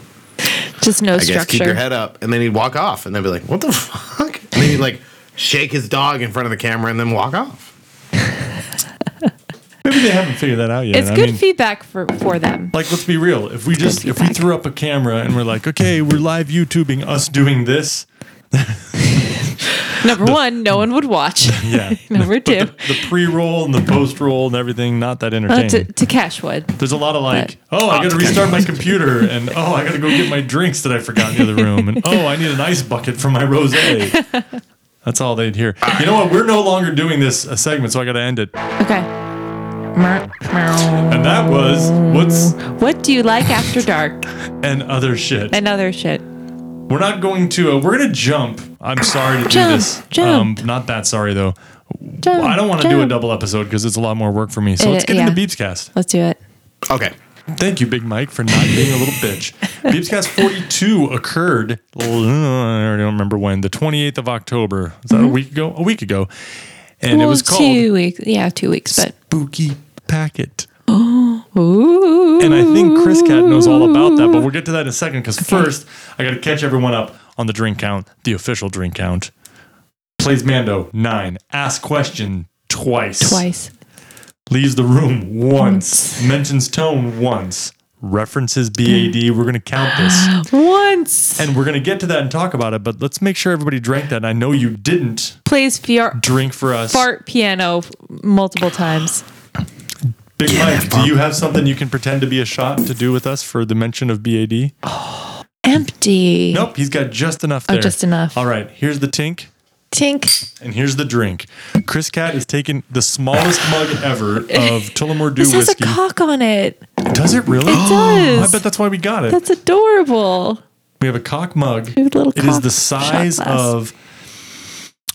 Speaker 4: Just no
Speaker 5: I guess
Speaker 4: structure.
Speaker 5: keep your head up." And then he'd walk off, and they'd be like, "What the fuck?" And then he'd like shake his dog in front of the camera and then walk off.
Speaker 3: Maybe they haven't figured that out yet.
Speaker 4: It's
Speaker 3: I
Speaker 4: good
Speaker 3: mean,
Speaker 4: feedback for, for them.
Speaker 3: like let's be real. If we just if we
Speaker 4: feedback.
Speaker 3: threw up a camera and we're like, okay, we're live YouTubing us doing this,
Speaker 4: Number one, no one would watch.
Speaker 3: yeah.
Speaker 4: Number
Speaker 3: The,
Speaker 4: two,
Speaker 3: the pre-roll and the post-roll and everything, not that
Speaker 4: uh,
Speaker 3: entertaining.
Speaker 4: to, to Cashwood.
Speaker 3: There's a lot of like, oh, I got to restart my computer, and oh, I got to go get my drinks that I forgot in the other room, and oh, I need an ice bucket for my rosé. That's all they'd hear. You know what? We're no longer doing this uh, segment, so I got to end it.
Speaker 4: Okay. Mer- meow.
Speaker 3: And that was what's
Speaker 4: What do you like after dark?
Speaker 3: and other shit.
Speaker 4: And other shit.
Speaker 3: We're not going to. Uh, we're gonna jump. I'm sorry to
Speaker 4: Jump,
Speaker 3: do this.
Speaker 4: jump.
Speaker 3: Um, not that sorry though.
Speaker 4: Jump,
Speaker 3: I don't want to do a
Speaker 4: jump.
Speaker 3: double episode because it's a lot more work for me. So
Speaker 4: Uh,
Speaker 3: let's get
Speaker 4: yeah.
Speaker 3: into Beepscast.
Speaker 4: Let's do it.
Speaker 5: Okay,
Speaker 3: Thank you, Big Mike, for not being a little bitch. Beepscast 42 occurred, I don't remember when, the 28th of October. Is that a week ago? A week ago. And it was
Speaker 4: Well,
Speaker 3: called
Speaker 4: two weeks. Yeah, two weeks. But
Speaker 3: Spooky Packet.
Speaker 4: ooh,
Speaker 3: And I think Chris Cat knows all about that, but we'll get to that in a second because first, I got to catch everyone up on the drink count, the official drink count. Plays Mando, nine. Ask question twice.
Speaker 4: twice.
Speaker 3: leaves the room once, mentions tone once, references BAD. We're going to count this.
Speaker 4: Once.
Speaker 3: And we're going to get to that and talk about it, but let's make sure everybody drank that. And I know you didn't
Speaker 4: Plays fiar-
Speaker 3: drink for us.
Speaker 4: fart piano f- multiple times.
Speaker 3: Big Mike, do you have something you can pretend to be a shot to do with us for the mention of BAD?
Speaker 4: Empty.
Speaker 3: Nope, he's got just enough there.
Speaker 4: Oh, just enough.
Speaker 3: All right, here's the tink.
Speaker 4: Tink.
Speaker 3: And here's the drink. Chris Cat is taking the smallest mug ever of Tullamore Dew
Speaker 4: This has
Speaker 3: whiskey.
Speaker 4: a cock on it.
Speaker 3: does it really? Oh,
Speaker 4: It
Speaker 3: I
Speaker 4: does.
Speaker 3: bet that's why we got it.
Speaker 4: That's adorable.
Speaker 3: We have a cock mug. It
Speaker 4: have
Speaker 3: is
Speaker 4: a little cock
Speaker 3: the
Speaker 4: shot
Speaker 3: size
Speaker 4: glass.
Speaker 3: of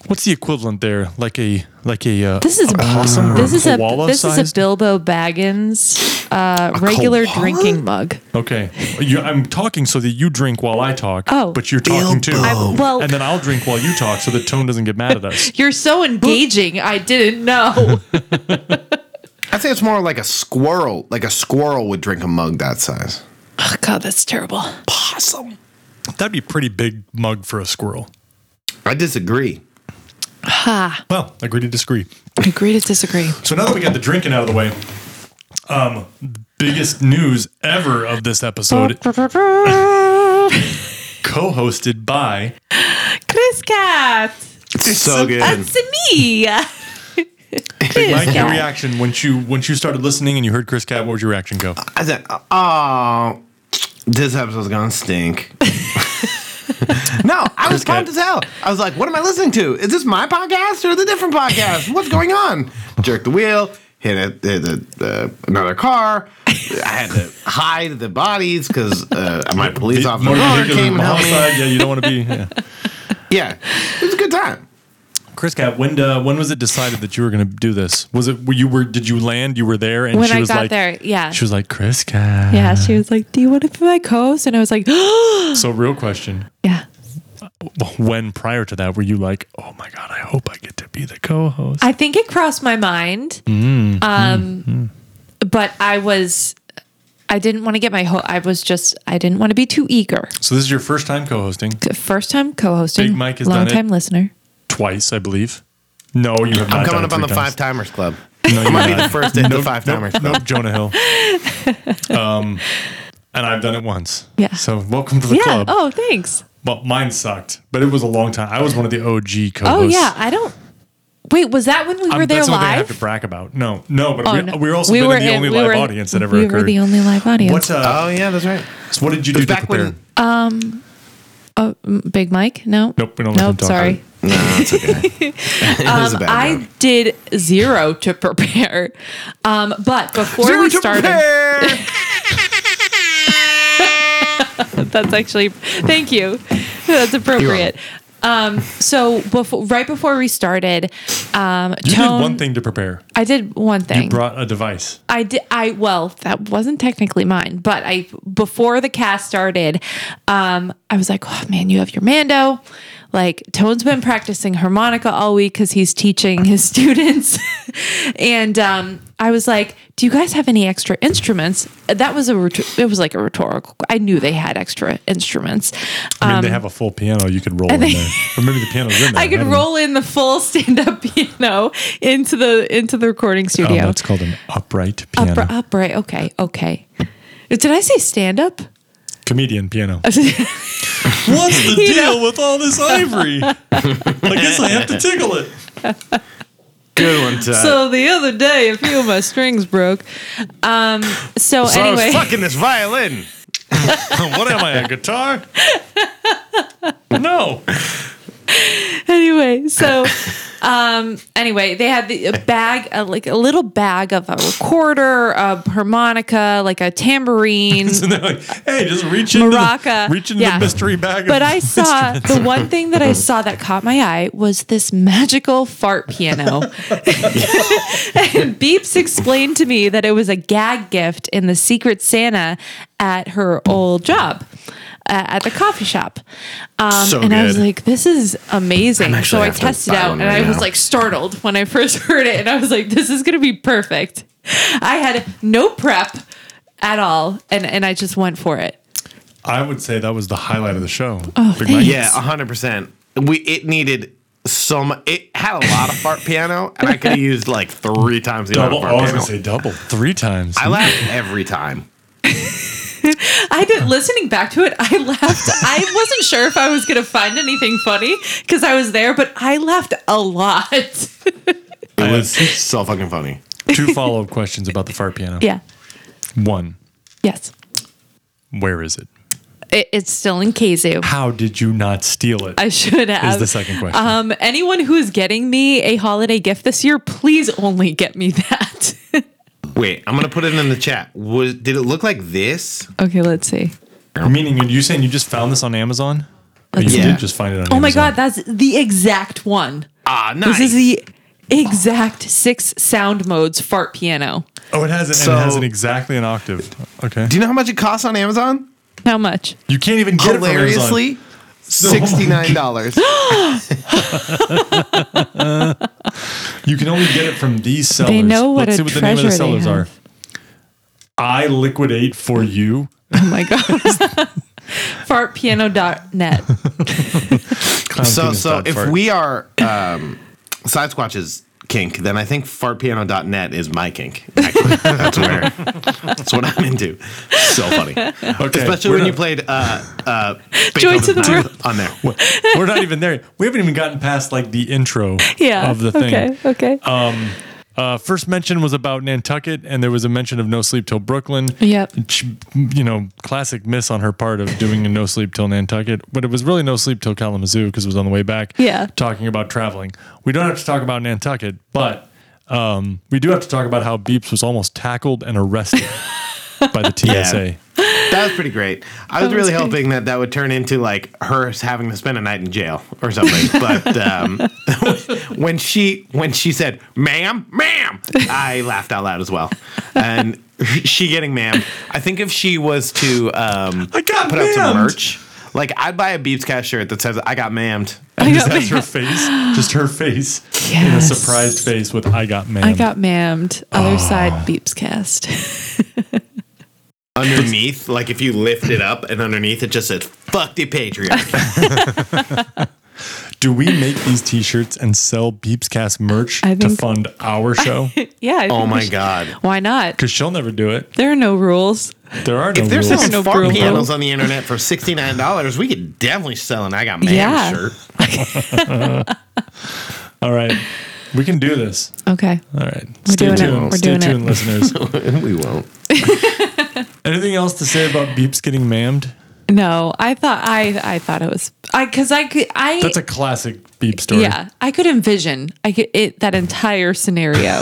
Speaker 3: what's the equivalent there? Like a like a uh,
Speaker 4: This is
Speaker 3: a possum. or
Speaker 4: This
Speaker 3: a
Speaker 4: is a
Speaker 3: koala
Speaker 4: this is a
Speaker 3: sized?
Speaker 4: Bilbo Baggins uh, regular
Speaker 5: koala?
Speaker 4: drinking mug.
Speaker 3: Okay, you, I'm talking so that you drink while I talk.
Speaker 4: Oh.
Speaker 3: but you're talking too.
Speaker 4: I- well-
Speaker 3: and then I'll drink while you talk, so that Tone doesn't get mad at us.
Speaker 4: You're so engaging. I didn't know.
Speaker 5: I think it's more like a squirrel. Like a squirrel would drink a mug that size.
Speaker 4: oh God, that's terrible.
Speaker 5: Awesome.
Speaker 3: That'd be a pretty big mug for a squirrel.
Speaker 5: I disagree.
Speaker 4: Ha.
Speaker 3: Well, agree to disagree.
Speaker 4: Agree to disagree.
Speaker 3: So now that we got the drinking out of the way, um, biggest news ever of this episode, co-hosted by
Speaker 4: Chris Cat.
Speaker 5: so good.
Speaker 4: That's me. Chris
Speaker 3: Mike, your
Speaker 4: Cat.
Speaker 3: reaction once you once you started listening and you heard Chris Cat, what was your reaction go?
Speaker 5: I said, oh, this episode's gonna stink. no, I was pumped as hell. I was like, what am I listening to? Is this my podcast or the different podcast? What's going on? Jerk the wheel, hit, a, hit a, uh, another car. I had to hide the bodies because uh, my police
Speaker 3: The-
Speaker 5: officer came and helped me.
Speaker 3: homicide. Yeah, you don't want to be. Yeah.
Speaker 5: Yeah, it was a good time.
Speaker 3: Chris Cat, when uh, when was it decided that you were going to do this? Was it were you were did you land? You were there, and
Speaker 4: When
Speaker 3: she
Speaker 4: I
Speaker 3: was
Speaker 4: got
Speaker 3: like,
Speaker 4: there, yeah.
Speaker 3: she was like Chris Cat.
Speaker 4: Yeah, she was like, "Do you want to be my co-host?" And I was like, "Yeah."
Speaker 3: So real question: When prior to that were you like, oh my god, I hope I get to be the co-host?
Speaker 4: I think it crossed my mind,
Speaker 3: Mm,
Speaker 4: um, but I was, I didn't want to get my. Ho- I was just, I didn't want to be too eager.
Speaker 3: so this is your first time co-hosting
Speaker 4: First time co-hosting,
Speaker 3: Big Mike has done
Speaker 4: long
Speaker 3: it.
Speaker 4: time listener.
Speaker 3: twice, I believe. No, you have not. done
Speaker 5: I'm coming
Speaker 3: it
Speaker 5: up on
Speaker 3: three
Speaker 5: the
Speaker 3: times.
Speaker 5: Five Timers Club.
Speaker 3: No, you
Speaker 5: I might be
Speaker 3: have
Speaker 5: the
Speaker 3: not.
Speaker 5: first in the Five Timers Club.
Speaker 3: Nope, Jonah Hill. Um, and I've done it once.
Speaker 4: Yeah.
Speaker 3: So welcome to the
Speaker 4: Yeah.
Speaker 3: club.
Speaker 4: Oh, thanks.
Speaker 3: But mine sucked, but it was a long time. I was one of the OG co-hosts.
Speaker 4: Oh yeah, I don't. Wait, was that when we
Speaker 3: I'm-
Speaker 4: were there
Speaker 3: that's something I have to
Speaker 4: live?
Speaker 3: brag about. No, no, but
Speaker 4: Oh,
Speaker 3: we,
Speaker 4: no.
Speaker 3: we were also
Speaker 4: We
Speaker 3: been
Speaker 4: were
Speaker 3: in the
Speaker 4: in-
Speaker 3: only
Speaker 4: we
Speaker 3: live
Speaker 4: were-
Speaker 3: audience that ever
Speaker 4: we were
Speaker 3: occurred.
Speaker 4: the only live audience.
Speaker 3: What, uh,
Speaker 5: Oh yeah, that's right.
Speaker 3: so what did you do
Speaker 5: It was
Speaker 3: to
Speaker 5: back
Speaker 3: prepare?
Speaker 5: when.
Speaker 4: Big Mike? No.
Speaker 3: Nope, we don't let him
Speaker 4: Nope.
Speaker 3: talk.
Speaker 4: Sorry.
Speaker 5: No, it's okay. it was a
Speaker 4: Um,
Speaker 5: bad
Speaker 4: I
Speaker 5: job.
Speaker 4: did zero to prepare. Um, but before we started, that's actually thank you. That's appropriate. Um, so before, right before we started, um,
Speaker 3: You
Speaker 4: Tone,
Speaker 3: did one thing to prepare.
Speaker 4: I did one thing.
Speaker 3: You brought a device.
Speaker 4: I did. I well, that wasn't technically mine, but I before the cast started, um, I was like, "Oh man, you have your Mando." Like Tone's been practicing harmonica all week because he's teaching his students, and um, I was like, "Do you guys have any extra instruments?" That was a rhet- it was like a rhetorical. I knew they had extra instruments.
Speaker 3: I mean, they have a full piano you could roll in
Speaker 4: they-
Speaker 3: there. Or maybe the piano's in there.
Speaker 4: Um, I could
Speaker 3: don't
Speaker 4: roll in the full stand-up piano into the into the recording
Speaker 3: know.
Speaker 4: studio.
Speaker 3: Oh, that's called an upright piano.
Speaker 4: Upri- upright. Okay. Okay. Did I say stand up?
Speaker 3: Comedian piano. What's the deal
Speaker 4: know?
Speaker 3: with all this ivory? I guess I have to tickle it.
Speaker 5: Good one, Todd.
Speaker 4: So the other day, a few of my strings broke. Um, so,
Speaker 5: So I
Speaker 4: anyway,
Speaker 5: was fucking this violin.
Speaker 3: Oh, what am I, a guitar? no.
Speaker 4: anyway, so um, anyway, they had the a bag, a, like a little bag of a recorder, a harmonica, like a tambourine.
Speaker 3: And they're like, hey, just reach into,
Speaker 4: Maraca.
Speaker 3: The, reach into
Speaker 4: Yeah.
Speaker 3: the mystery bag. of
Speaker 4: But I saw
Speaker 3: instruments.
Speaker 4: the one thing that I saw that caught my eye was this magical fart piano. and Beeps explained to me that it was a gag gift in the Secret Santa at her old job. uh, At the coffee shop, um,
Speaker 5: So
Speaker 4: and I was
Speaker 5: good.
Speaker 4: like, "This is amazing!"
Speaker 5: actually
Speaker 4: So I
Speaker 5: have to
Speaker 4: tested
Speaker 5: buy
Speaker 4: out,
Speaker 5: one
Speaker 4: and
Speaker 5: right
Speaker 4: I was
Speaker 5: now.
Speaker 4: like startled when I first heard it, and I was like, "This is going to be perfect." I had no prep at all, and and I just went for it.
Speaker 3: I would say that was the highlight of the show. Big
Speaker 4: thanks.
Speaker 3: Mike.
Speaker 5: Yeah, hundred percent. We it needed so much. It had a lot of fart piano, and I could have used like three times the
Speaker 3: Double.
Speaker 5: amount of
Speaker 3: Oh, I
Speaker 5: fart
Speaker 3: was
Speaker 5: piano.
Speaker 3: going to say double. Three times.
Speaker 5: I laughed every time.
Speaker 4: I did listening back to it. I laughed. I wasn't sure if I was going to find anything funny because I was there, but I laughed a lot.
Speaker 5: It was so fucking funny.
Speaker 3: Two follow up questions about the fart piano.
Speaker 4: yeah.
Speaker 3: One,
Speaker 4: Yes.
Speaker 3: where is it?
Speaker 4: It, it's still in Keizu.
Speaker 3: How did you not steal it?
Speaker 4: I should have.
Speaker 3: the second question.
Speaker 4: Um, anyone who is getting me a holiday gift this year, please only get me that.
Speaker 5: Wait, I'm gonna put it in the chat. Was did it look like this?
Speaker 4: okay, let's see.
Speaker 3: Meaning, are you saying you just found this on Amazon? Or you
Speaker 5: see.
Speaker 3: did
Speaker 5: Yeah.
Speaker 3: just find it on
Speaker 4: Oh
Speaker 3: Amazon.
Speaker 4: my God, that's the exact one.
Speaker 5: Ah, nice.
Speaker 4: This is the exact six sound modes fart piano.
Speaker 3: Oh, it has it.
Speaker 5: So-
Speaker 3: and it has an exactly an octave. Okay.
Speaker 5: Do you know how much it costs on Amazon?
Speaker 4: How much?
Speaker 3: You can't even get it
Speaker 5: Hilariously, sixty nine dollars.
Speaker 3: from Amazon. You can only get it from these sellers.
Speaker 4: They know what
Speaker 3: Let's
Speaker 4: a
Speaker 3: see what the name of the
Speaker 4: treasure they
Speaker 3: sellers are.
Speaker 4: have.
Speaker 3: I liquidate for you.
Speaker 4: Oh my God. Fartpiano.net.
Speaker 5: so so if
Speaker 3: Fart.
Speaker 5: we are um, side squatches kink, then I think fartpiano.net is my kink. Actually, that's where that's what I'm into. So funny,
Speaker 3: Okay,
Speaker 5: especially
Speaker 3: we're
Speaker 5: when
Speaker 3: not-
Speaker 5: you played uh, uh,
Speaker 4: Joy to
Speaker 5: Beethoven's
Speaker 4: the
Speaker 5: Ninth
Speaker 4: World.
Speaker 5: on there.
Speaker 3: We're not even there. We haven't even gotten past like the intro
Speaker 4: Yeah.
Speaker 3: of the thing.
Speaker 4: Okay. Okay.
Speaker 3: Uh, first mention was about Nantucket, and there was a mention of No Sleep Till Brooklyn.
Speaker 4: Yep.
Speaker 3: Ch- You know, classic miss on her part of doing a No Sleep Till Nantucket, but it was really No Sleep Till Kalamazoo because it was on the way back.
Speaker 4: Yeah.
Speaker 3: Talking about traveling. We don't have to talk about Nantucket, but um, we do have to talk about how Beeps was almost tackled and arrested by the TSA.
Speaker 5: That was pretty great. I was,
Speaker 4: was
Speaker 5: really
Speaker 4: great.
Speaker 5: hoping that that would turn into like her having to spend a night in jail or something. But um, when she when she said "ma'am, ma'am," I laughed out loud as well. And she getting "ma'am," I think if she was to um,
Speaker 3: I got
Speaker 5: put out some
Speaker 3: ma'amed.
Speaker 5: merch, like I'd buy a Beepscast shirt that says "I got ma'amed."
Speaker 4: I got,
Speaker 3: That's
Speaker 4: ma-
Speaker 3: her face, just her face, in a
Speaker 4: Yes.
Speaker 3: surprised face with "I got man."
Speaker 4: I got mammed.
Speaker 3: Ah.
Speaker 4: Other side beeps cast.
Speaker 5: Underneath, like if you lift it up and underneath, it just says "fuck the patriarchy."
Speaker 3: Do we make these T-shirts and sell Beepscast merch
Speaker 4: I
Speaker 3: to
Speaker 4: think-
Speaker 3: fund our show?
Speaker 4: yeah. I
Speaker 5: oh
Speaker 4: think we
Speaker 5: my
Speaker 4: should-
Speaker 5: god!
Speaker 4: Why not?
Speaker 3: Because she'll never do it.
Speaker 4: There are no rules.
Speaker 3: There are no
Speaker 5: If they're
Speaker 3: rules.
Speaker 5: selling
Speaker 4: No
Speaker 5: fart
Speaker 4: Bruno.
Speaker 5: pianos on the internet for sixty nine dollars, we could definitely sell an I got man
Speaker 4: Yeah.
Speaker 5: shirt.
Speaker 3: All right, we can do this.
Speaker 4: Okay.
Speaker 3: All right,
Speaker 4: We're
Speaker 3: stay
Speaker 4: doing it.
Speaker 3: tuned.
Speaker 4: We're
Speaker 3: stay
Speaker 4: doing it.
Speaker 3: tuned, listeners.
Speaker 5: we won't.
Speaker 3: Anything else to say about Beeps getting mammed?
Speaker 4: No, I thought I I thought it was I because I could I
Speaker 3: That's a classic Beep story.
Speaker 4: yeah I could envision I could it that entire scenario.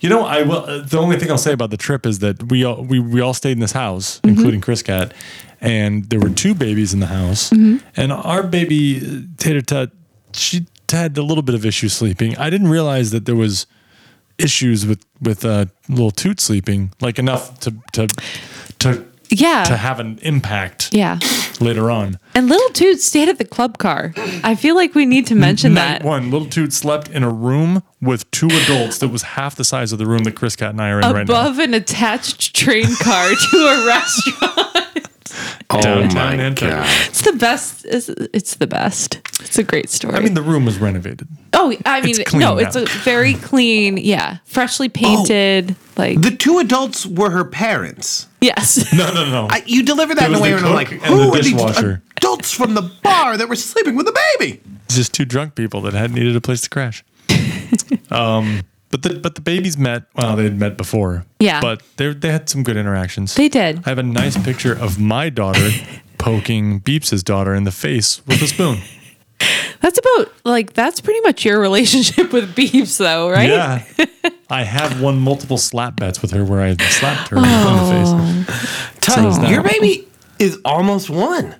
Speaker 3: You know, I will. Uh, the only thing I'll say about the trip is that we all we, we all stayed in this house,
Speaker 4: Mm-hmm.
Speaker 3: including Chris Cat, and there were two babies in the house,
Speaker 4: Mm-hmm.
Speaker 3: and our baby uh, Tater Tut, she had a little bit of issue sleeping. I didn't realize that there was issues with with uh, little Toot sleeping, like enough to to to
Speaker 4: yeah.
Speaker 3: to have an impact
Speaker 4: yeah.
Speaker 3: later on.
Speaker 4: And little dude stayed at the club car. I feel like we need to mention
Speaker 3: Night
Speaker 4: that.
Speaker 3: one, little Toot slept in a room with two adults that was half the size of the room that Chris Cat and I are in right now.
Speaker 4: Above an attached train car to a restaurant.
Speaker 5: Oh
Speaker 3: Downtown
Speaker 5: my
Speaker 3: Nantucket.
Speaker 5: god!
Speaker 4: It's the best. It's, it's the best. It's a great story.
Speaker 3: I mean, the room was renovated.
Speaker 4: oh, I mean,
Speaker 3: it's clean
Speaker 4: no,
Speaker 3: now. Oh.
Speaker 4: it's a very clean. Yeah, freshly painted. like
Speaker 5: The two adults were her parents.
Speaker 4: yes,
Speaker 3: No, no, no.
Speaker 5: I, you delivered
Speaker 3: Oh. It
Speaker 5: that in
Speaker 3: was
Speaker 5: a way
Speaker 3: the
Speaker 5: where I'm
Speaker 3: cook
Speaker 5: like,
Speaker 3: and
Speaker 5: who
Speaker 3: the
Speaker 5: are these
Speaker 3: dishwasher."
Speaker 5: adults from the bar that were sleeping with the baby?
Speaker 3: just two drunk people that had needed a place to crash. um, but the but the babies met. Well, they had met before.
Speaker 4: Yeah.
Speaker 3: But they they had some good interactions.
Speaker 4: they did.
Speaker 3: I have a nice picture of my daughter poking Beeps' daughter in the face with a spoon.
Speaker 4: That's about like that's pretty much your relationship with Beeps, though, right?
Speaker 3: Yeah. I have won multiple slap bets with her where I slapped her
Speaker 4: Oh.
Speaker 3: in the face.
Speaker 5: Tut,
Speaker 3: that-
Speaker 5: your baby is almost one.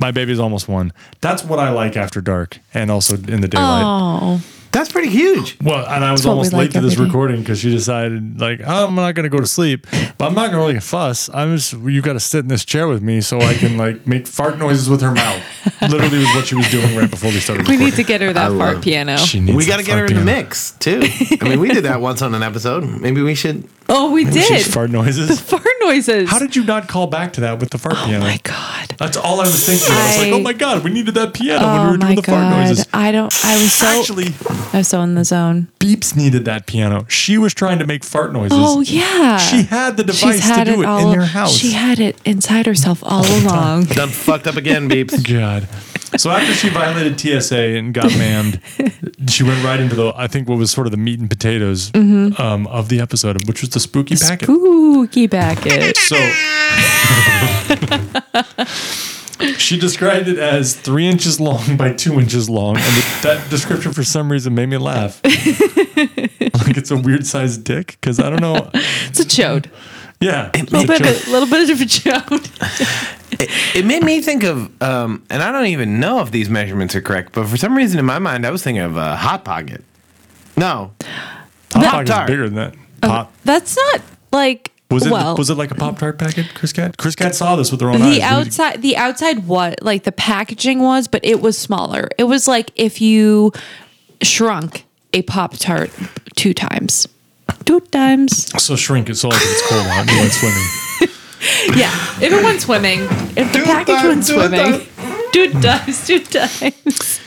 Speaker 3: My baby's almost won. That's what I like after dark and also in the daylight.
Speaker 4: Oh,
Speaker 5: That's pretty huge.
Speaker 3: Well, and I was
Speaker 4: what we
Speaker 3: almost
Speaker 4: like
Speaker 3: late to this
Speaker 4: every day.
Speaker 3: recording because she decided, like, "Oh, I'm not going to go to sleep, but I'm not going to really fuss. I'm just, you got to sit in this chair with me so I can, like, make fart noises with her mouth. Literally, was what she was doing right before we started
Speaker 4: we
Speaker 3: recording.
Speaker 4: need to get her that fart piano.
Speaker 3: She needs
Speaker 5: we
Speaker 3: that
Speaker 5: got to get
Speaker 3: fart
Speaker 5: her in the
Speaker 3: piano.
Speaker 5: mix too. I mean, we did that once on an episode. Maybe we should.
Speaker 4: oh, we did
Speaker 3: She's fart noises.
Speaker 4: fart noises.
Speaker 3: How did you not call back to that with the fart
Speaker 4: oh
Speaker 3: piano?
Speaker 4: my god.
Speaker 3: That's all I was thinking. I, was like,
Speaker 4: I-
Speaker 3: oh my God, we needed that piano when we
Speaker 4: Oh
Speaker 3: were
Speaker 4: my
Speaker 3: doing the fart
Speaker 4: god!
Speaker 3: noises.
Speaker 4: I don't. I was so.
Speaker 3: Actually,
Speaker 4: I was so in the zone.
Speaker 3: Beeps needed that piano. She was trying to make fart noises.
Speaker 4: Oh yeah.
Speaker 3: She had the device to do it, in their house.
Speaker 4: She had it inside herself all along.
Speaker 5: Done fucked up again, beeps.
Speaker 3: God. So after she violated TSA and got mammed, she went right into the I think what was sort of the meat and potatoes
Speaker 4: Mm-hmm.
Speaker 3: um, of the episode, which was the spooky packet.
Speaker 4: Spooky packet.
Speaker 3: so she described it as three inches long by two inches long, and th- that description for some reason made me laugh. like it's a weird sized dick because I don't know.
Speaker 4: It's a chode.
Speaker 3: Yeah,
Speaker 4: A little bit, of a little bit of a chode.
Speaker 5: It made me think of, um, and I don't even know if these measurements are correct, but for some reason in my mind, I was thinking of uh, hot pocket. No,
Speaker 3: Pop
Speaker 5: Tart.
Speaker 3: tart bigger than that. Pop.
Speaker 4: That's not like.
Speaker 3: Was it
Speaker 4: well,
Speaker 3: was it like a pop tart packet, Chris Cat? Chris Cat saw this with her own eyes.
Speaker 4: the
Speaker 3: We-
Speaker 4: outside the outside what like the packaging was but it was smaller it was like if you shrunk a pop tart two times two times
Speaker 3: So shrink it so like it's cold out. You went swimming.
Speaker 4: yeah if it went swimming if the package
Speaker 5: times,
Speaker 4: went
Speaker 5: two
Speaker 4: swimming two times two times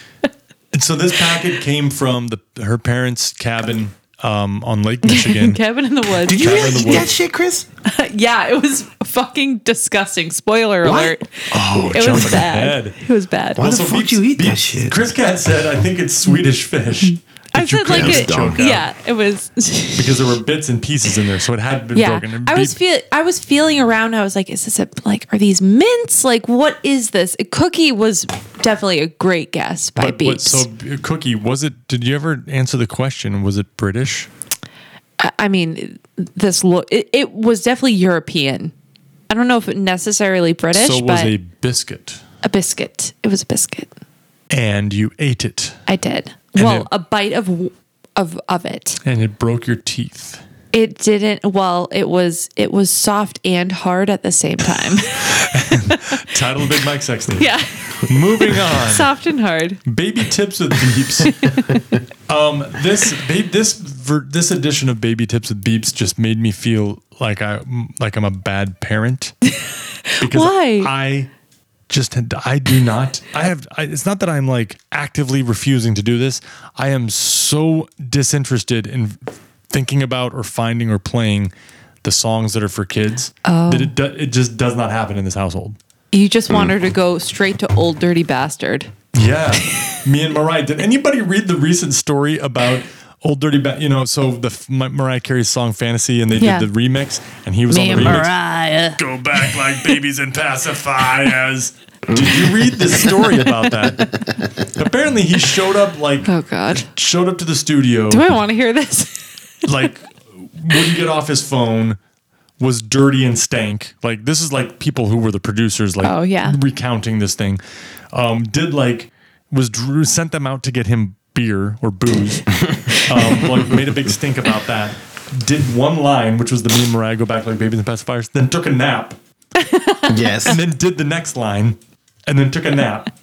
Speaker 3: And so this packet came from the her parents' cabin um, on Lake Michigan.
Speaker 4: cabin in the woods
Speaker 5: did you
Speaker 3: Cabin
Speaker 5: really
Speaker 3: in the
Speaker 5: eat
Speaker 3: woods.
Speaker 5: that shit, Chris?
Speaker 4: yeah it was fucking disgusting spoiler
Speaker 5: What?
Speaker 4: alert
Speaker 3: Oh,
Speaker 4: it was
Speaker 3: jumping
Speaker 4: bad
Speaker 3: ahead.
Speaker 4: it was bad
Speaker 5: Why the fuck you eat that shit?
Speaker 3: Chris Cat said, "I think it's Swedish fish."
Speaker 4: I
Speaker 3: Did you
Speaker 4: said like
Speaker 5: cramp
Speaker 4: it.
Speaker 5: dunk?
Speaker 4: Yeah, it was.
Speaker 3: because there were bits and pieces in there, so it had been
Speaker 4: yeah,
Speaker 3: broken.
Speaker 4: I was feel. I was feeling around. I was like, is this a like? Are these mints? Like, what is this? A cookie was definitely a great guess by
Speaker 3: but, but
Speaker 4: Beeps.
Speaker 3: so Cookie, was it? Did you ever answer the question? Was it British?
Speaker 4: I mean, this look. It, it was definitely European. I don't know if it necessarily British,
Speaker 3: so it was
Speaker 4: but
Speaker 3: a
Speaker 4: a-,
Speaker 3: biscuit,
Speaker 4: biscuit. It was a biscuit.
Speaker 3: and you ate it,
Speaker 4: I did.
Speaker 3: And
Speaker 4: well,
Speaker 3: it-
Speaker 4: a bite of w- of of it.
Speaker 3: and it broke your teeth.
Speaker 4: It didn't. Well, it was it was soft and hard at the same time.
Speaker 3: Title of Big Mike Sexton.
Speaker 4: yeah,
Speaker 3: Moving on.
Speaker 4: soft and hard.
Speaker 3: Baby tips with beeps. um, this ba- this ver- this edition of baby tips with beeps just made me feel like I like I'm a bad parent. Because
Speaker 4: Why?
Speaker 3: I just had, I do not. I have. I, it's not that I'm like actively refusing to do this. I am so disinterested in thinking about or finding or playing the songs that are for kids that it do, it just does not happen in this household.
Speaker 4: You just want her to go straight to old dirty bastard.
Speaker 3: Yeah, me and Mariah. Did anybody read the recent story about Old Dirty Ba- You know, so the f- Ma- Mariah Carey's song "Fantasy" and they
Speaker 4: Yeah.
Speaker 3: did the remix, and he was
Speaker 4: Me
Speaker 3: on
Speaker 4: and
Speaker 3: the remix.
Speaker 4: Mariah.
Speaker 3: Go back like babies and pacifiers. Did you read the story about that? Apparently, he showed up like
Speaker 4: Oh God.
Speaker 3: showed up to the studio
Speaker 4: Do I want to hear this?
Speaker 3: like wouldn't get off his phone was dirty and stank like this is like people who were the producers like
Speaker 4: Oh, yeah.
Speaker 3: recounting this thing um did like was drew sent them out to get him beer or booze um like made a big stink about that did one line which was the meme where i go back like babies and pacifiers then took a nap
Speaker 5: Yes.
Speaker 3: then did the next line and then took a nap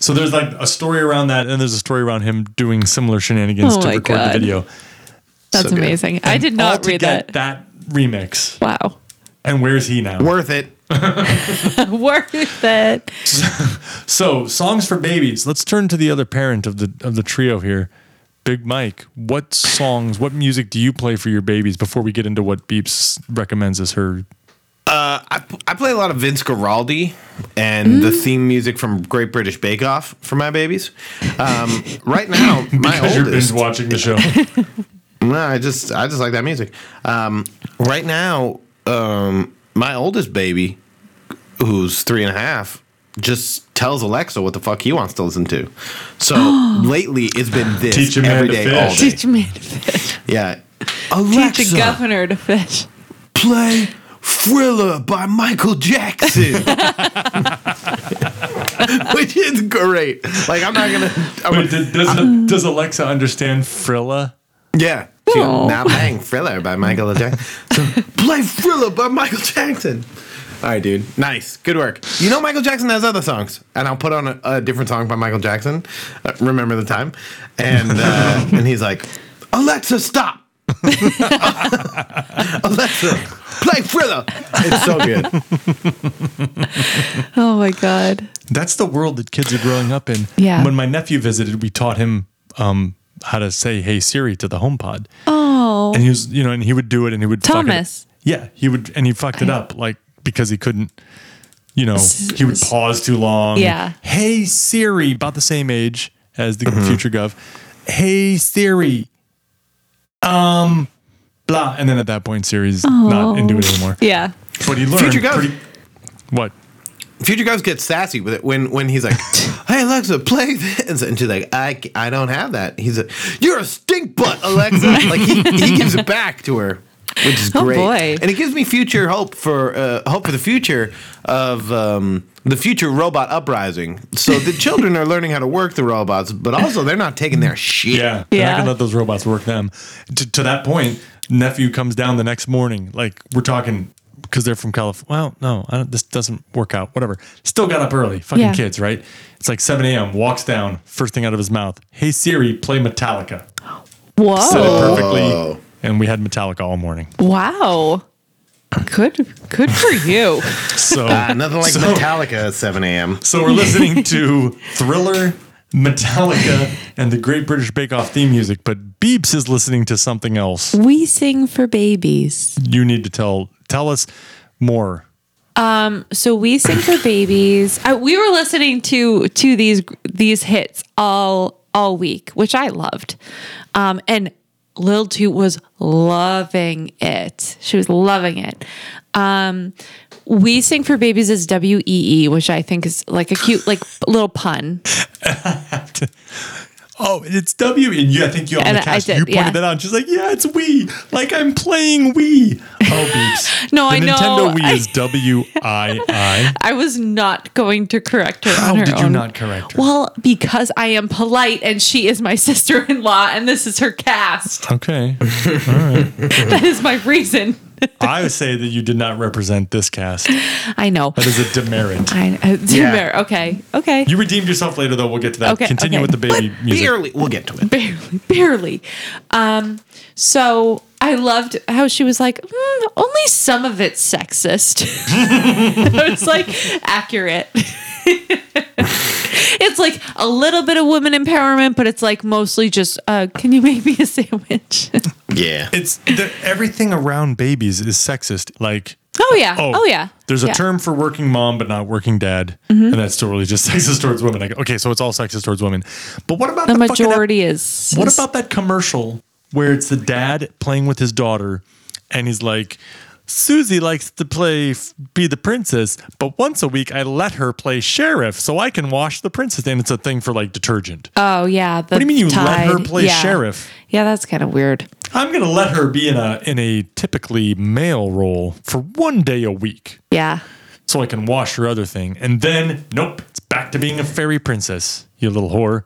Speaker 3: so there's like a story around that and there's a story around him doing similar shenanigans
Speaker 4: Oh
Speaker 3: to
Speaker 4: my
Speaker 3: record
Speaker 4: God.
Speaker 3: the video
Speaker 4: That's
Speaker 5: So good.
Speaker 4: amazing. I did
Speaker 3: all
Speaker 4: not
Speaker 3: to
Speaker 4: read
Speaker 3: get
Speaker 4: that.
Speaker 3: that remix.
Speaker 4: Wow.
Speaker 3: And where's he now?
Speaker 5: Worth it.
Speaker 4: Worth it.
Speaker 3: So songs for babies. Let's turn to the other parent of the of the trio here, Big Mike. What songs? What music do you play for your babies? Before we get into what Beeps recommends as her
Speaker 5: I, I play a lot of Vince Guaraldi and the theme music from Great British Bake Off for my babies. Um, right now, my
Speaker 3: because you're binge
Speaker 5: oldest.
Speaker 3: watching the show.
Speaker 5: No, I just I just like that music. Um, right now, um, my oldest baby, who's three and a half, just tells Alexa what the fuck he wants to listen to. So lately, it's been this
Speaker 3: Teach a man
Speaker 5: every
Speaker 3: to
Speaker 5: day, all
Speaker 3: fish.
Speaker 5: day.
Speaker 4: Teach me to fish.
Speaker 5: Yeah,
Speaker 4: Teach a
Speaker 5: Alexa,
Speaker 4: governor to fish.
Speaker 5: play Thriller by Michael Jackson. Which is great. Like I'm not gonna. I'm
Speaker 3: Wait, did- does, does Alexa understand Frilla?
Speaker 5: Yeah. She goes, now playing Thriller by Michael Jackson. Play Thriller by Michael Jackson. All right, dude. Nice. Good work. You know Michael Jackson has other songs, and I'll put on a, a different song by Michael Jackson. Uh, remember the time, and uh, and he's like, Alexa, stop. Alexa, play Thriller. It's so good.
Speaker 4: Oh my God.
Speaker 3: That's the world that kids are growing up in.
Speaker 4: Yeah.
Speaker 3: When my nephew visited, we taught him um, how to say "Hey Siri" to the HomePod.
Speaker 4: Oh.
Speaker 3: and he was you know and he would do it and he would
Speaker 4: Thomas.
Speaker 3: fuck it. yeah he would and he fucked it up like because he couldn't you know he would pause too long
Speaker 4: Yeah.
Speaker 3: hey siri about the same age as the
Speaker 5: Mm-hmm.
Speaker 3: future gov hey siri um blah and then at that point siri's not into it anymore
Speaker 4: Oh. Yeah.
Speaker 3: but he learned
Speaker 5: Future Gov.
Speaker 3: pretty what
Speaker 5: Future Ghost gets sassy with it when when he's like, "Hey Alexa, play this," and she's like, "I c- I don't have that." He's like, "You're a stink butt, Alexa." like he, he gives it back to her, which is
Speaker 4: Oh,
Speaker 5: great.
Speaker 4: boy.
Speaker 5: And it gives me future hope for uh, hope for the future of um, the future robot uprising. So the children are learning how to work the robots, but also they're not taking their shit.
Speaker 3: Yeah, they're not
Speaker 4: Yeah.
Speaker 3: gonna let those robots work them. To, to that point, nephew comes down the next morning. Like we're talking because they're from California. Well, no, I don't, this doesn't work out. Whatever. Still got up early. Fucking
Speaker 4: Yeah.
Speaker 3: kids, right? It's like 7 a.m. Walks down. First thing out of his mouth. Hey Siri, play Metallica.
Speaker 4: Whoa.
Speaker 3: Said it perfectly. And we had Metallica all morning.
Speaker 4: Wow. Good good for you.
Speaker 3: So
Speaker 5: Uh, nothing like Metallica at 7 a.m.
Speaker 3: So we're listening to Thriller, Metallica, and the Great British Bake Off theme music. But Beeps is listening to something else.
Speaker 4: we sing for babies.
Speaker 3: You need to tell tell us more.
Speaker 4: So we sing for babies. Uh, we were listening to to these these hits all all week, which I loved. Um, and Lil Toot was loving it. She was loving it. Um, we Sing for Babies is W E E, which I think is like a cute, like little pun.
Speaker 3: Oh, it's W, and you, I think you on
Speaker 4: And
Speaker 3: the
Speaker 4: I
Speaker 3: cast,
Speaker 4: did,
Speaker 3: you pointed
Speaker 4: yeah.
Speaker 3: that out. and She's like, "Yeah, it's Wii. Like I'm playing Wii." Oh, beeps.
Speaker 4: No,
Speaker 3: the
Speaker 4: I know.
Speaker 3: Nintendo Wii
Speaker 4: I-
Speaker 3: is W I I.
Speaker 4: I was not going to correct her.
Speaker 3: How
Speaker 4: on her
Speaker 3: did you
Speaker 4: own.
Speaker 3: not correct her?
Speaker 4: Well, because I am polite and she is my sister in law and this is her cast.
Speaker 3: Okay,
Speaker 4: that is my reason.
Speaker 3: I would say that you did not represent this cast. That
Speaker 4: I know.
Speaker 3: is a demerit.
Speaker 4: I, uh,
Speaker 5: Yeah.
Speaker 4: Bear, Okay. Okay.
Speaker 3: You redeemed yourself later, though. We'll get to that.
Speaker 4: Okay,
Speaker 3: Continue
Speaker 4: okay.
Speaker 3: with the baby music.
Speaker 5: Barely. We'll get to it.
Speaker 4: barely, barely. Um, so I loved how she was like, "Mm, only some of it's sexist. I was like, accurate. it's like a little bit of women empowerment, but it's like mostly just, uh, can you make me a sandwich?
Speaker 5: Yeah.
Speaker 3: It's the, everything around babies is sexist. Like,
Speaker 4: oh yeah, oh, yeah.
Speaker 3: There's a
Speaker 4: Yeah. Mm-hmm.
Speaker 3: term for working mom, but not working dad, and that's totally just sexist towards women. I go, okay, so it's all sexist towards women. But what about
Speaker 4: The
Speaker 3: the, fucking ep-
Speaker 4: majority is.
Speaker 3: What
Speaker 4: is-
Speaker 3: about that commercial where it's the dad playing with his daughter and he's like, Susie likes to play f- be the princess, but once a week I let her play sheriff so I can wash the princess. And it's a thing for like detergent.
Speaker 4: Oh yeah. The
Speaker 3: what do you mean you let her
Speaker 4: tide.
Speaker 3: play
Speaker 4: Yeah.
Speaker 3: sheriff?
Speaker 4: Yeah, that's kind of weird.
Speaker 3: I'm gonna let her be in a in a typically male role for one day a week
Speaker 4: Yeah.
Speaker 3: so I can wash her other thing. And then nope, it's back to being a fairy princess, you little whore.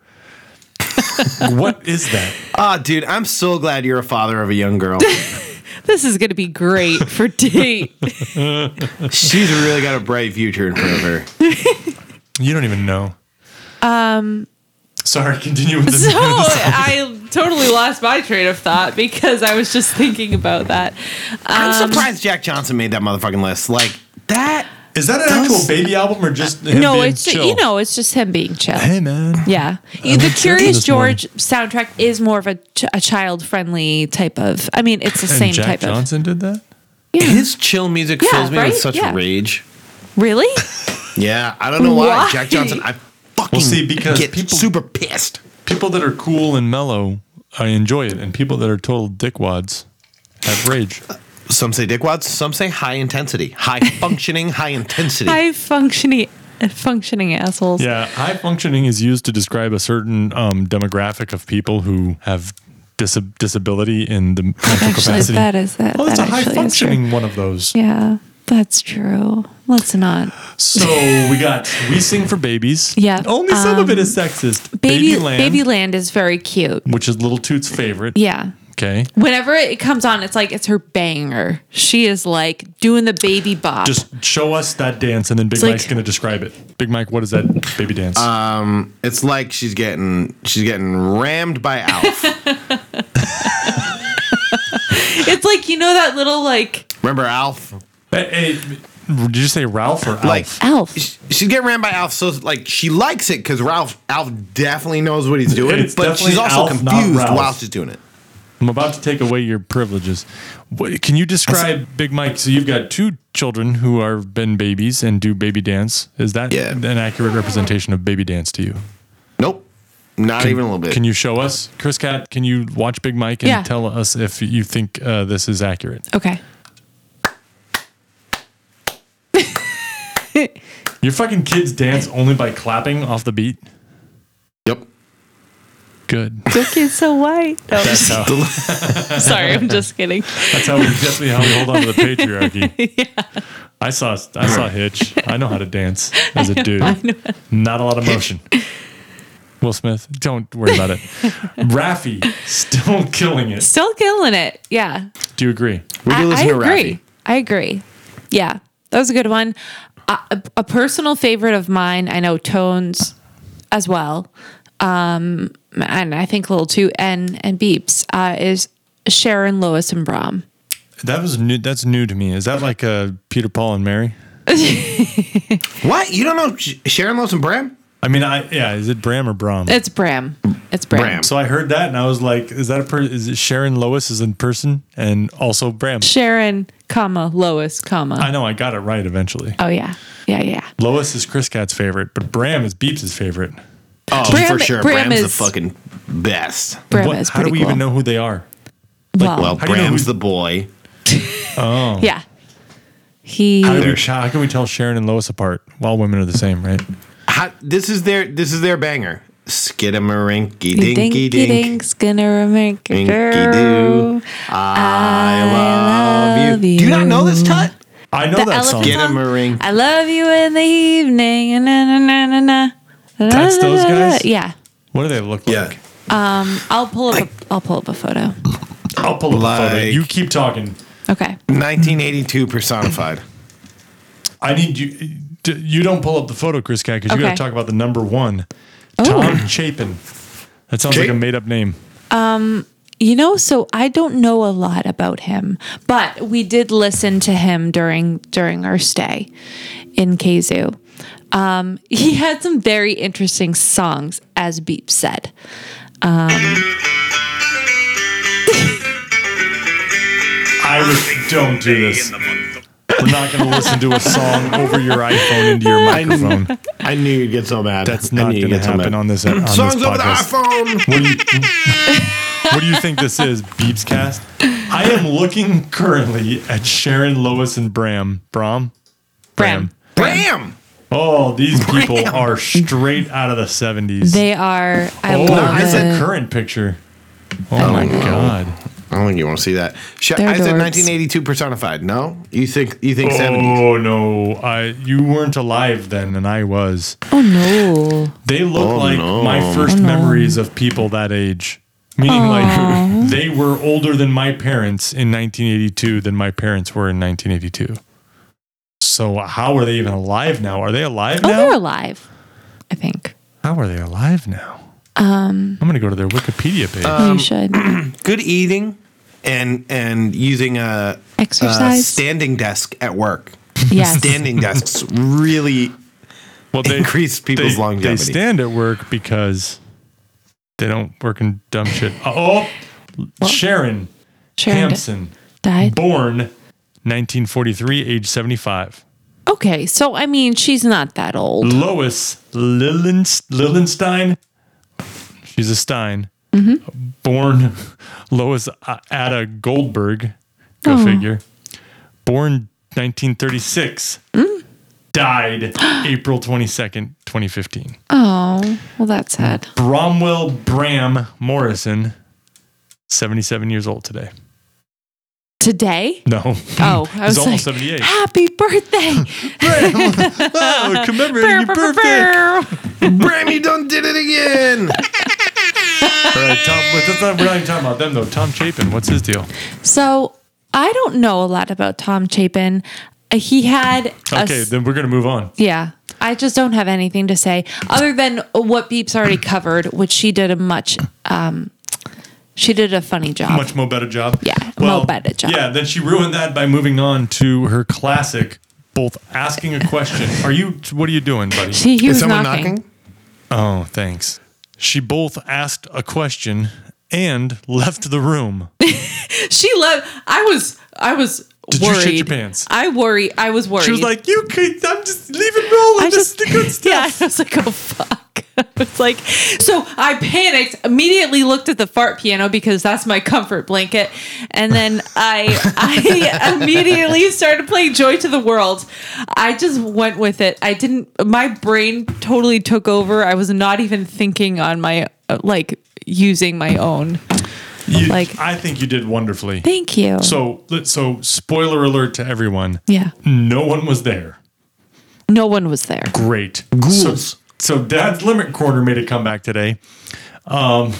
Speaker 3: what is that?
Speaker 5: Ah, dude, I'm so glad you're a father of a young girl.
Speaker 4: This is gonna be great for date.
Speaker 5: She's really got a bright future in front of her.
Speaker 3: You don't even know. Um. Sorry. Continue with the.
Speaker 4: Um, So I totally lost my train of thought because I was just thinking about that. Um,
Speaker 5: I'm surprised Jack Johnson made that motherfucking list. Like that.
Speaker 3: Is that an actual baby album or just him
Speaker 4: no,
Speaker 3: being
Speaker 4: it's
Speaker 3: chill?
Speaker 4: you know, it's just him being chill.
Speaker 3: Hey man.
Speaker 4: Yeah,
Speaker 3: I'm
Speaker 4: the
Speaker 3: drinking
Speaker 4: Curious
Speaker 3: this morning.
Speaker 4: George soundtrack is more of a, ch- a child friendly type of. I mean, it's the
Speaker 3: And
Speaker 4: same
Speaker 3: Jack
Speaker 4: type
Speaker 3: Johnson did that.
Speaker 4: Yeah.
Speaker 5: His chill music
Speaker 4: Yeah,
Speaker 5: fills me
Speaker 4: right?
Speaker 5: with such
Speaker 4: Yeah.
Speaker 5: rage.
Speaker 4: of. Really?
Speaker 5: Yeah, I don't know why.
Speaker 4: Why?
Speaker 5: Jack Johnson. I fucking
Speaker 3: see, because
Speaker 5: get
Speaker 3: people-
Speaker 5: super pissed.
Speaker 3: People that are cool and mellow, I enjoy it, and people that are total dickwads have rage.
Speaker 5: Some say dickwads. Some say high intensity, high functioning, high intensity.
Speaker 4: High functioning, functioning assholes.
Speaker 3: Yeah, high functioning is used to describe a certain um, demographic of people who have dis- disability in the mental
Speaker 4: Actually,
Speaker 3: capacity.
Speaker 4: that is that.
Speaker 3: well,
Speaker 4: that
Speaker 3: that's a high
Speaker 4: actually is true.
Speaker 3: functioning one of those.
Speaker 4: Yeah, that's true. Let's not.
Speaker 3: So we got We Sing for Babies.
Speaker 4: Yeah,
Speaker 3: Only some of
Speaker 4: um,
Speaker 3: it is sexist.
Speaker 4: Baby,
Speaker 3: Babyland,
Speaker 4: Babyland is very cute.
Speaker 3: which is Little Toot's favorite.
Speaker 4: Yeah.
Speaker 3: Okay.
Speaker 4: whenever it comes on, it's like it's her banger. She is like doing the baby bop.
Speaker 3: Just show us that dance, and then Big
Speaker 4: It's like-
Speaker 3: Mike's gonna describe it. Big Mike, what is that baby dance?
Speaker 5: It's like she's getting she's getting rammed by Alf.
Speaker 4: it's like you know that little like
Speaker 5: Remember Alf?
Speaker 3: Hey, hey, did you say Ralph or Alf?
Speaker 5: Like
Speaker 4: elf.
Speaker 5: sh- she's getting rammed by Alf, so it's like she likes it because Ralph Alf definitely knows what he's doing,
Speaker 3: It's
Speaker 5: but she's
Speaker 3: definitely
Speaker 5: also
Speaker 3: Alf, not
Speaker 5: confused
Speaker 3: Ralph.
Speaker 5: while she's doing it.
Speaker 3: I'm about to take away your privileges. What, can you describe Big Mike? So you've got two children who are been babies and do baby dance. Is that
Speaker 5: Yeah.
Speaker 3: an accurate representation of baby dance to you?
Speaker 5: Nope, not even a little bit.
Speaker 3: Can you show us, Chris Cat? Can you watch Big Mike and
Speaker 4: Yeah.
Speaker 3: tell us if you think uh, this is accurate?
Speaker 4: Okay.
Speaker 3: Your fucking kids dance only by clapping off the beat.
Speaker 5: Yep.
Speaker 3: Good.
Speaker 4: Your kid's so white. No,
Speaker 3: That's how.
Speaker 4: sorry, I'm just kidding.
Speaker 3: That's how we definitely how we hold on to the patriarchy. I saw I saw Hitch. I know how to dance as a dude. Not a lot of motion. Will Smith, don't worry about it. Raffy, still killing it.
Speaker 4: Still killing it. Yeah.
Speaker 3: Do you agree?
Speaker 5: We do listen to
Speaker 4: agree.
Speaker 5: Rafi.
Speaker 4: I agree. Yeah. That was a good one. A, a, a personal favorite of mine, I know Tones as well. Um, and I think Little Two and, and Beeps uh, is Sharon, Lois, and Brom.
Speaker 3: That was new. That's new to me. Is that like a Peter, Paul, and Mary?
Speaker 5: What? You don't know Sh- Sharon Lois and Bram?
Speaker 3: I mean, I yeah. Is it Bram or Brom?
Speaker 4: It's Bram. It's Bram.
Speaker 5: Bram.
Speaker 3: so I heard that and I was like, is that a per- is it Sharon Lois is in person and also Bram?
Speaker 4: Sharon, comma, Lois, comma.
Speaker 3: I know I got it right eventually.
Speaker 4: oh yeah. Yeah, yeah.
Speaker 3: Lois is Chris Cat's favorite, but Bram is Beeps' favorite.
Speaker 5: Oh,
Speaker 4: Bram-
Speaker 5: for sure.
Speaker 4: Bram
Speaker 5: Bram's
Speaker 4: is-
Speaker 5: the fucking best.
Speaker 4: Bram
Speaker 3: What-
Speaker 4: is
Speaker 3: how
Speaker 4: pretty
Speaker 3: do we
Speaker 4: cool.
Speaker 3: even know who they are?
Speaker 5: Well,
Speaker 3: How do you know
Speaker 5: Bram's
Speaker 3: who-
Speaker 5: the boy.
Speaker 4: yeah. He
Speaker 3: How, do we,
Speaker 5: They're-
Speaker 3: how can we tell Sharon and Lois apart? Well, women are the same, right?
Speaker 5: How, this is their this is their banger. Skidamarinky dinky
Speaker 4: dinky
Speaker 5: dink.
Speaker 4: dink's gonna make a
Speaker 5: Dinky
Speaker 4: girl.
Speaker 5: doo. I love you. Do you not know this, Tut?
Speaker 3: I know
Speaker 4: The
Speaker 3: that song.
Speaker 4: elephant
Speaker 5: Get
Speaker 4: song.
Speaker 5: him a ring.
Speaker 4: I love you in the evening. Na, na, na, na, na.
Speaker 3: That's
Speaker 4: Na, na,
Speaker 3: those
Speaker 4: na, na.
Speaker 3: guys?
Speaker 4: Yeah.
Speaker 3: What do they look like?
Speaker 4: I'll pull up. A, I'll pull up a photo.
Speaker 3: I'll pull up a photo.
Speaker 5: Like-
Speaker 3: You keep talking.
Speaker 4: Okay.
Speaker 5: 1982 personified.
Speaker 3: I need you. d- You don't pull up the photo, Chris Cat, because you got
Speaker 4: Okay.
Speaker 3: to talk about the number one,
Speaker 4: Oh.
Speaker 3: Tom Chapin. That sounds like
Speaker 5: Chap-
Speaker 3: a made-up name.
Speaker 4: You know, so I don't know a lot about him, but we did listen to him during during our stay in Keizu. Um, he had some very interesting songs, as Beep said.
Speaker 3: I was. Don't do this. We're not going to listen to a song over your iPhone into your microphone.
Speaker 5: I knew you'd get so mad.
Speaker 3: That's
Speaker 5: I
Speaker 3: not
Speaker 5: knew you'd
Speaker 3: going to
Speaker 5: get so
Speaker 3: happen
Speaker 5: mad.
Speaker 3: on this on
Speaker 5: Songs
Speaker 3: this
Speaker 5: over the
Speaker 3: podcast.
Speaker 5: iPhone.
Speaker 3: What do you What do you think this is, Beeps Cast? I am looking currently at Sharon, Lois, and Bram. Bram?
Speaker 4: Bram.
Speaker 5: Bram.
Speaker 3: Oh, these people are straight out of the 70s.
Speaker 4: They are. I
Speaker 3: oh,
Speaker 4: love
Speaker 3: there's a
Speaker 4: it.
Speaker 3: current picture. Oh my god.
Speaker 5: I don't think you want to see that. Sh- I
Speaker 4: They're
Speaker 5: said
Speaker 4: adorbs.
Speaker 5: 1982 personified. No, you think you think 70s?
Speaker 3: Oh no. I you weren't alive then and I was.
Speaker 4: Oh no!
Speaker 3: They look
Speaker 5: Oh,
Speaker 3: like
Speaker 5: no.
Speaker 3: my first memories of people that age. Meaning like they were older than my parents in 1982 than my parents were in 1982. So how are they even alive now? Are they alive
Speaker 4: Oh,
Speaker 3: now?
Speaker 4: they're alive. I think
Speaker 3: how are they alive now? Um, I'm gonna go to their Wikipedia page.
Speaker 5: Uh,
Speaker 4: you should
Speaker 3: uh,
Speaker 5: Good eating and and using a, a
Speaker 4: exercise.
Speaker 5: standing desk at work.
Speaker 4: yes.
Speaker 5: Standing desks really
Speaker 3: well,
Speaker 5: increase people's
Speaker 3: they,
Speaker 5: longevity.
Speaker 3: They stand at work because they don't work in dumb shit. Oh, Sharon
Speaker 4: Sharon di-
Speaker 3: Hampson,
Speaker 4: died.
Speaker 3: born 1943, age 75.
Speaker 4: Okay, so I mean, she's not that old.
Speaker 3: Lois Lillenst- Lillenstein. She's a Stein.
Speaker 4: Mm-hmm.
Speaker 3: Born Lois A- Ada Goldberg. Go
Speaker 4: Oh.
Speaker 3: figure. Born 1936.
Speaker 4: Mm.
Speaker 3: Died April 22nd, 2015.
Speaker 4: Oh, well, that's sad.
Speaker 3: Bromwell Bram Morrison, 77 years old today.
Speaker 4: Today?
Speaker 3: No.
Speaker 4: Oh, I
Speaker 3: He's
Speaker 4: was
Speaker 3: almost
Speaker 4: like,
Speaker 3: 78.
Speaker 4: happy birthday!
Speaker 3: oh, commemorating your birthday.
Speaker 5: Bram, you done did it again.
Speaker 3: All right, Tom, wait, that's not, we're not even talking about them, though. Tom Chapin, what's his deal?
Speaker 4: So I don't know a lot about Tom Chapin. Uh, He had a
Speaker 3: Okay,
Speaker 4: s-
Speaker 3: then we're going to move on.
Speaker 4: yeah. I just don't have anything to say other than what Beep's already covered, which she did a much um, she did a funny job.
Speaker 3: much more better job.
Speaker 4: Yeah, more better job.
Speaker 3: Yeah, then she ruined that by moving on to her classic, both asking a question. Are you? What are you doing, buddy?
Speaker 4: She, he
Speaker 5: Is
Speaker 4: was
Speaker 5: someone
Speaker 4: knocking.
Speaker 5: knocking?
Speaker 3: Oh, thanks. She both asked a question and left the room.
Speaker 4: She left. I was. I was.
Speaker 3: Did you
Speaker 4: worried.
Speaker 3: shit your pants?
Speaker 4: I worry. I was worried.
Speaker 3: She was like, "You could. I'm just leave it rolling.
Speaker 4: I
Speaker 3: this
Speaker 4: just
Speaker 3: is the good
Speaker 4: yeah.
Speaker 3: stuff."
Speaker 4: I was like, oh fuck. It's like so. I panicked immediately. Looked at the fart piano because that's my comfort blanket, and then I I immediately started playing "Joy to the World." I just went with it. I didn't. My brain totally took over. I was not even thinking on my uh, like using my own.
Speaker 3: You-
Speaker 4: Like-
Speaker 3: I think you did wonderfully.
Speaker 4: Thank you.
Speaker 3: so, let- so spoiler alert to everyone:
Speaker 4: yeah,
Speaker 3: no one was there.
Speaker 4: no one was there.
Speaker 3: great. So, so Dad's Limit Corner made a comeback today. Um,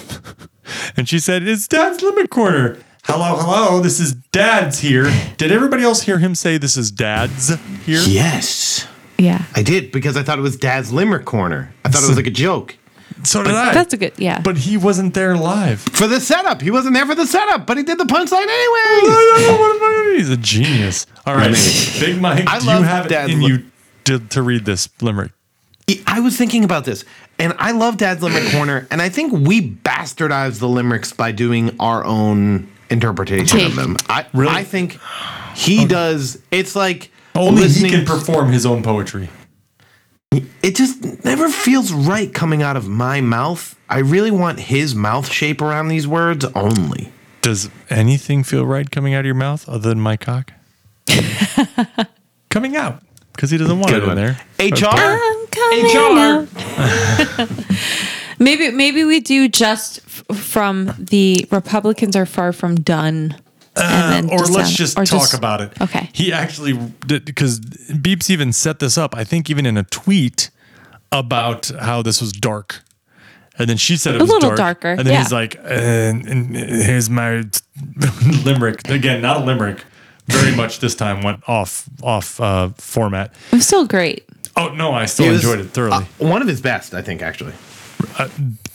Speaker 3: and she said, It's Dad's Limit Corner. Hello, hello. This is Dad's here. Did everybody else hear him say this is Dad's here?
Speaker 5: Yes,
Speaker 4: Yeah,
Speaker 5: I did because I thought it was Dad's limerick corner. I thought it was like a joke
Speaker 3: So did I.
Speaker 4: that's a good. Yeah,
Speaker 3: but he wasn't there live.
Speaker 5: for the setup. He wasn't there for the setup, but he did the punchline anyway.
Speaker 3: He's a genius. All right. Big Mike,
Speaker 5: I
Speaker 3: do you
Speaker 5: love
Speaker 3: have
Speaker 5: Dad's
Speaker 3: it in
Speaker 5: Lim-
Speaker 3: you to, to read this limerick?
Speaker 5: I was thinking about this, and I love Dad's limerick corner, and I think we bastardized the limericks by doing our own interpretation
Speaker 4: Take.
Speaker 5: of them. I
Speaker 3: Really?
Speaker 5: I think he does. It's like
Speaker 3: Only he
Speaker 5: listening-
Speaker 3: can perform his own poetry.
Speaker 5: It just never feels right coming out of my mouth. I really want his mouth shape around these words only.
Speaker 3: Does anything feel right coming out of your mouth other than my cock? coming out because he doesn't want it in there.
Speaker 5: HR?
Speaker 9: I'm coming out. maybe maybe we do just f- from the Republicans are far from done. and
Speaker 3: Uh, or let's
Speaker 4: sound-
Speaker 3: just
Speaker 4: or
Speaker 3: talk
Speaker 4: just-
Speaker 3: about it.
Speaker 4: okay.
Speaker 3: He actually because Beeps even set this up. I think even in a tweet about how this was dark, and then she said it
Speaker 4: A
Speaker 3: was
Speaker 4: little
Speaker 3: dark,
Speaker 4: darker,
Speaker 3: And then
Speaker 4: yeah.
Speaker 3: he's like, and, and "Here's my limerick again, not a limerick." Very much this time went off off uh, format.
Speaker 4: I'm still great.
Speaker 3: Oh no, I still
Speaker 5: He was,
Speaker 3: enjoyed it thoroughly.
Speaker 5: uh, one of his best, I think, actually.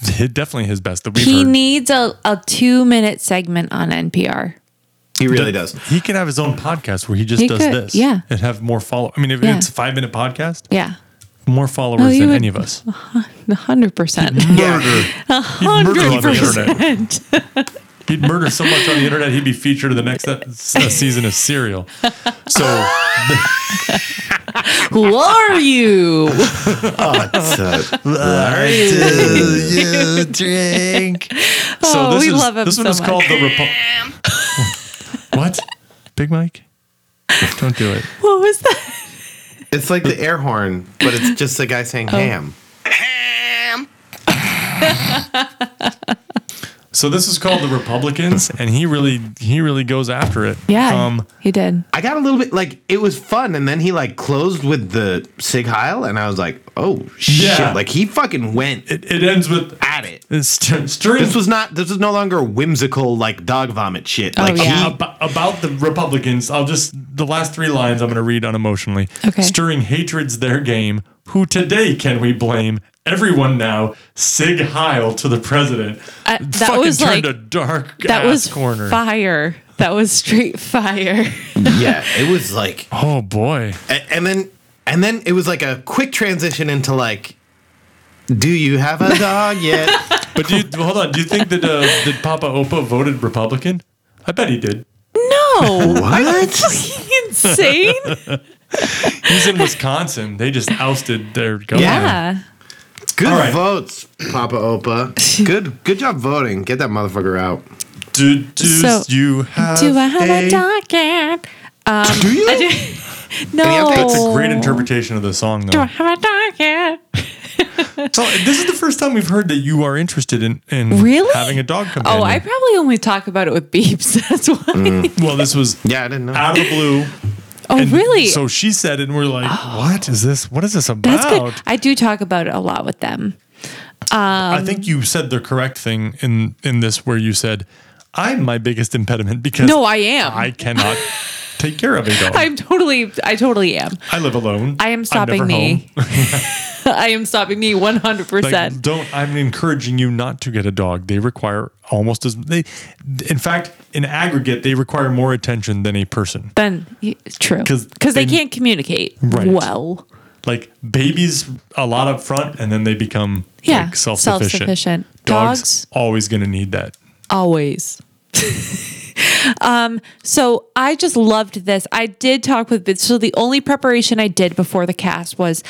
Speaker 3: Definitely his best that we've
Speaker 4: he
Speaker 3: heard.
Speaker 4: needs a, a two minute segment on NPR.
Speaker 5: He really does.
Speaker 3: he could have his own podcast where he just
Speaker 4: He
Speaker 3: does
Speaker 4: could,
Speaker 3: this.
Speaker 4: yeah.
Speaker 3: and have more follow. I mean, if
Speaker 4: Yeah.
Speaker 3: it's a five minute podcast,
Speaker 4: Yeah.
Speaker 3: more followers
Speaker 4: he
Speaker 3: than
Speaker 4: would-
Speaker 3: any of us.
Speaker 4: hundred percent.
Speaker 3: He'd murder on the internet.
Speaker 4: percent.
Speaker 3: He'd murder so much on the internet, he'd be featured in the next uh, s- uh, season of Serial. So
Speaker 4: Who are you?
Speaker 5: uh, you drink?
Speaker 3: So
Speaker 4: Oh,
Speaker 3: this
Speaker 4: we
Speaker 3: is,
Speaker 4: love him
Speaker 3: This one
Speaker 4: so
Speaker 3: is
Speaker 4: much.
Speaker 3: called the Repu- What? Big Mike? Don't do it.
Speaker 4: What was that?
Speaker 5: It's like the air horn, but it's just the guy saying ham.
Speaker 3: So this is called the Republicans, and he really he really goes after it. Um,
Speaker 4: Yeah, he did.
Speaker 5: I got a little bit like it was fun, and then he like closed with the Sig Heil, and I was like, oh shit!
Speaker 3: Yeah.
Speaker 5: Like he fucking went
Speaker 3: it, it ends with
Speaker 5: at it.
Speaker 3: it's t- string
Speaker 5: This was not. This was no longer whimsical like dog vomit shit. Like
Speaker 4: yeah.
Speaker 5: he
Speaker 3: Ab- about the Republicans, I'll just the last three lines I'm going to read unemotionally.
Speaker 4: Okay.
Speaker 3: Stirring hatreds their game. Who today can we blame? Everyone now. Sig Heil to the president.
Speaker 4: I- Uh, that
Speaker 3: Fucking
Speaker 4: was
Speaker 3: turned
Speaker 4: like
Speaker 3: a dark
Speaker 4: that
Speaker 3: ass
Speaker 4: was
Speaker 3: corner.
Speaker 4: fire. That was straight fire.
Speaker 5: yeah, it was like,
Speaker 3: oh boy.
Speaker 5: a- and then and then it was like a quick transition into like, do you have a dog yet?
Speaker 3: But do you, hold on. Do you think that uh, that Papa Opa voted Republican? I bet he did.
Speaker 4: No,
Speaker 5: what?
Speaker 4: insane.
Speaker 3: He's in Wisconsin. They just ousted their governor.
Speaker 4: Yeah,
Speaker 5: Good
Speaker 3: All right.
Speaker 5: votes, Papa Opa. Good good job voting. Get that motherfucker out.
Speaker 3: Do, do
Speaker 4: So,
Speaker 3: you have?
Speaker 4: do I have
Speaker 5: Hey.
Speaker 4: a docket?
Speaker 5: Do you?
Speaker 4: No,
Speaker 3: That's a great interpretation of the song,
Speaker 4: Do I
Speaker 3: though.
Speaker 4: have a docket?
Speaker 3: So this is the first time we've heard that you are interested in, in
Speaker 4: Really?
Speaker 3: having a dog companion.
Speaker 4: Oh, I probably only talk about it with beeps. That's why.
Speaker 3: well, this was
Speaker 5: yeah, I didn't know.
Speaker 3: out of the blue.
Speaker 4: Oh,
Speaker 3: Mm. and
Speaker 4: really? Oh.
Speaker 3: So she said it, and we're like, "What is this? What is this about?"
Speaker 4: That's good. I do talk about it a lot with them. Um,
Speaker 3: I think you said the correct thing in in this, where you said, "I'm my biggest impediment because
Speaker 4: No, I am.
Speaker 3: I cannot take care of a dog. i
Speaker 4: I'm totally, I totally am.
Speaker 3: live alone.
Speaker 4: I am
Speaker 3: I'm
Speaker 4: stopping
Speaker 3: never
Speaker 4: me.
Speaker 3: home.
Speaker 4: I am stopping me 100%.
Speaker 3: Like, don't. I'm encouraging you not to get a dog. They require almost as they. In fact, in aggregate, they require more attention than a person.
Speaker 4: then y- it's true.
Speaker 3: 'Cause
Speaker 4: Because they
Speaker 3: they-
Speaker 4: can't communicate
Speaker 3: Right.
Speaker 4: well.
Speaker 3: Like babies, a lot up front, and then they become
Speaker 4: Yeah,
Speaker 3: like, self-sufficient.
Speaker 4: self-sufficient.
Speaker 3: Dogs,
Speaker 4: Dogs-
Speaker 3: always going to need that.
Speaker 4: Always. um, so I just loved this. I did talk with so the only preparation I did before the cast was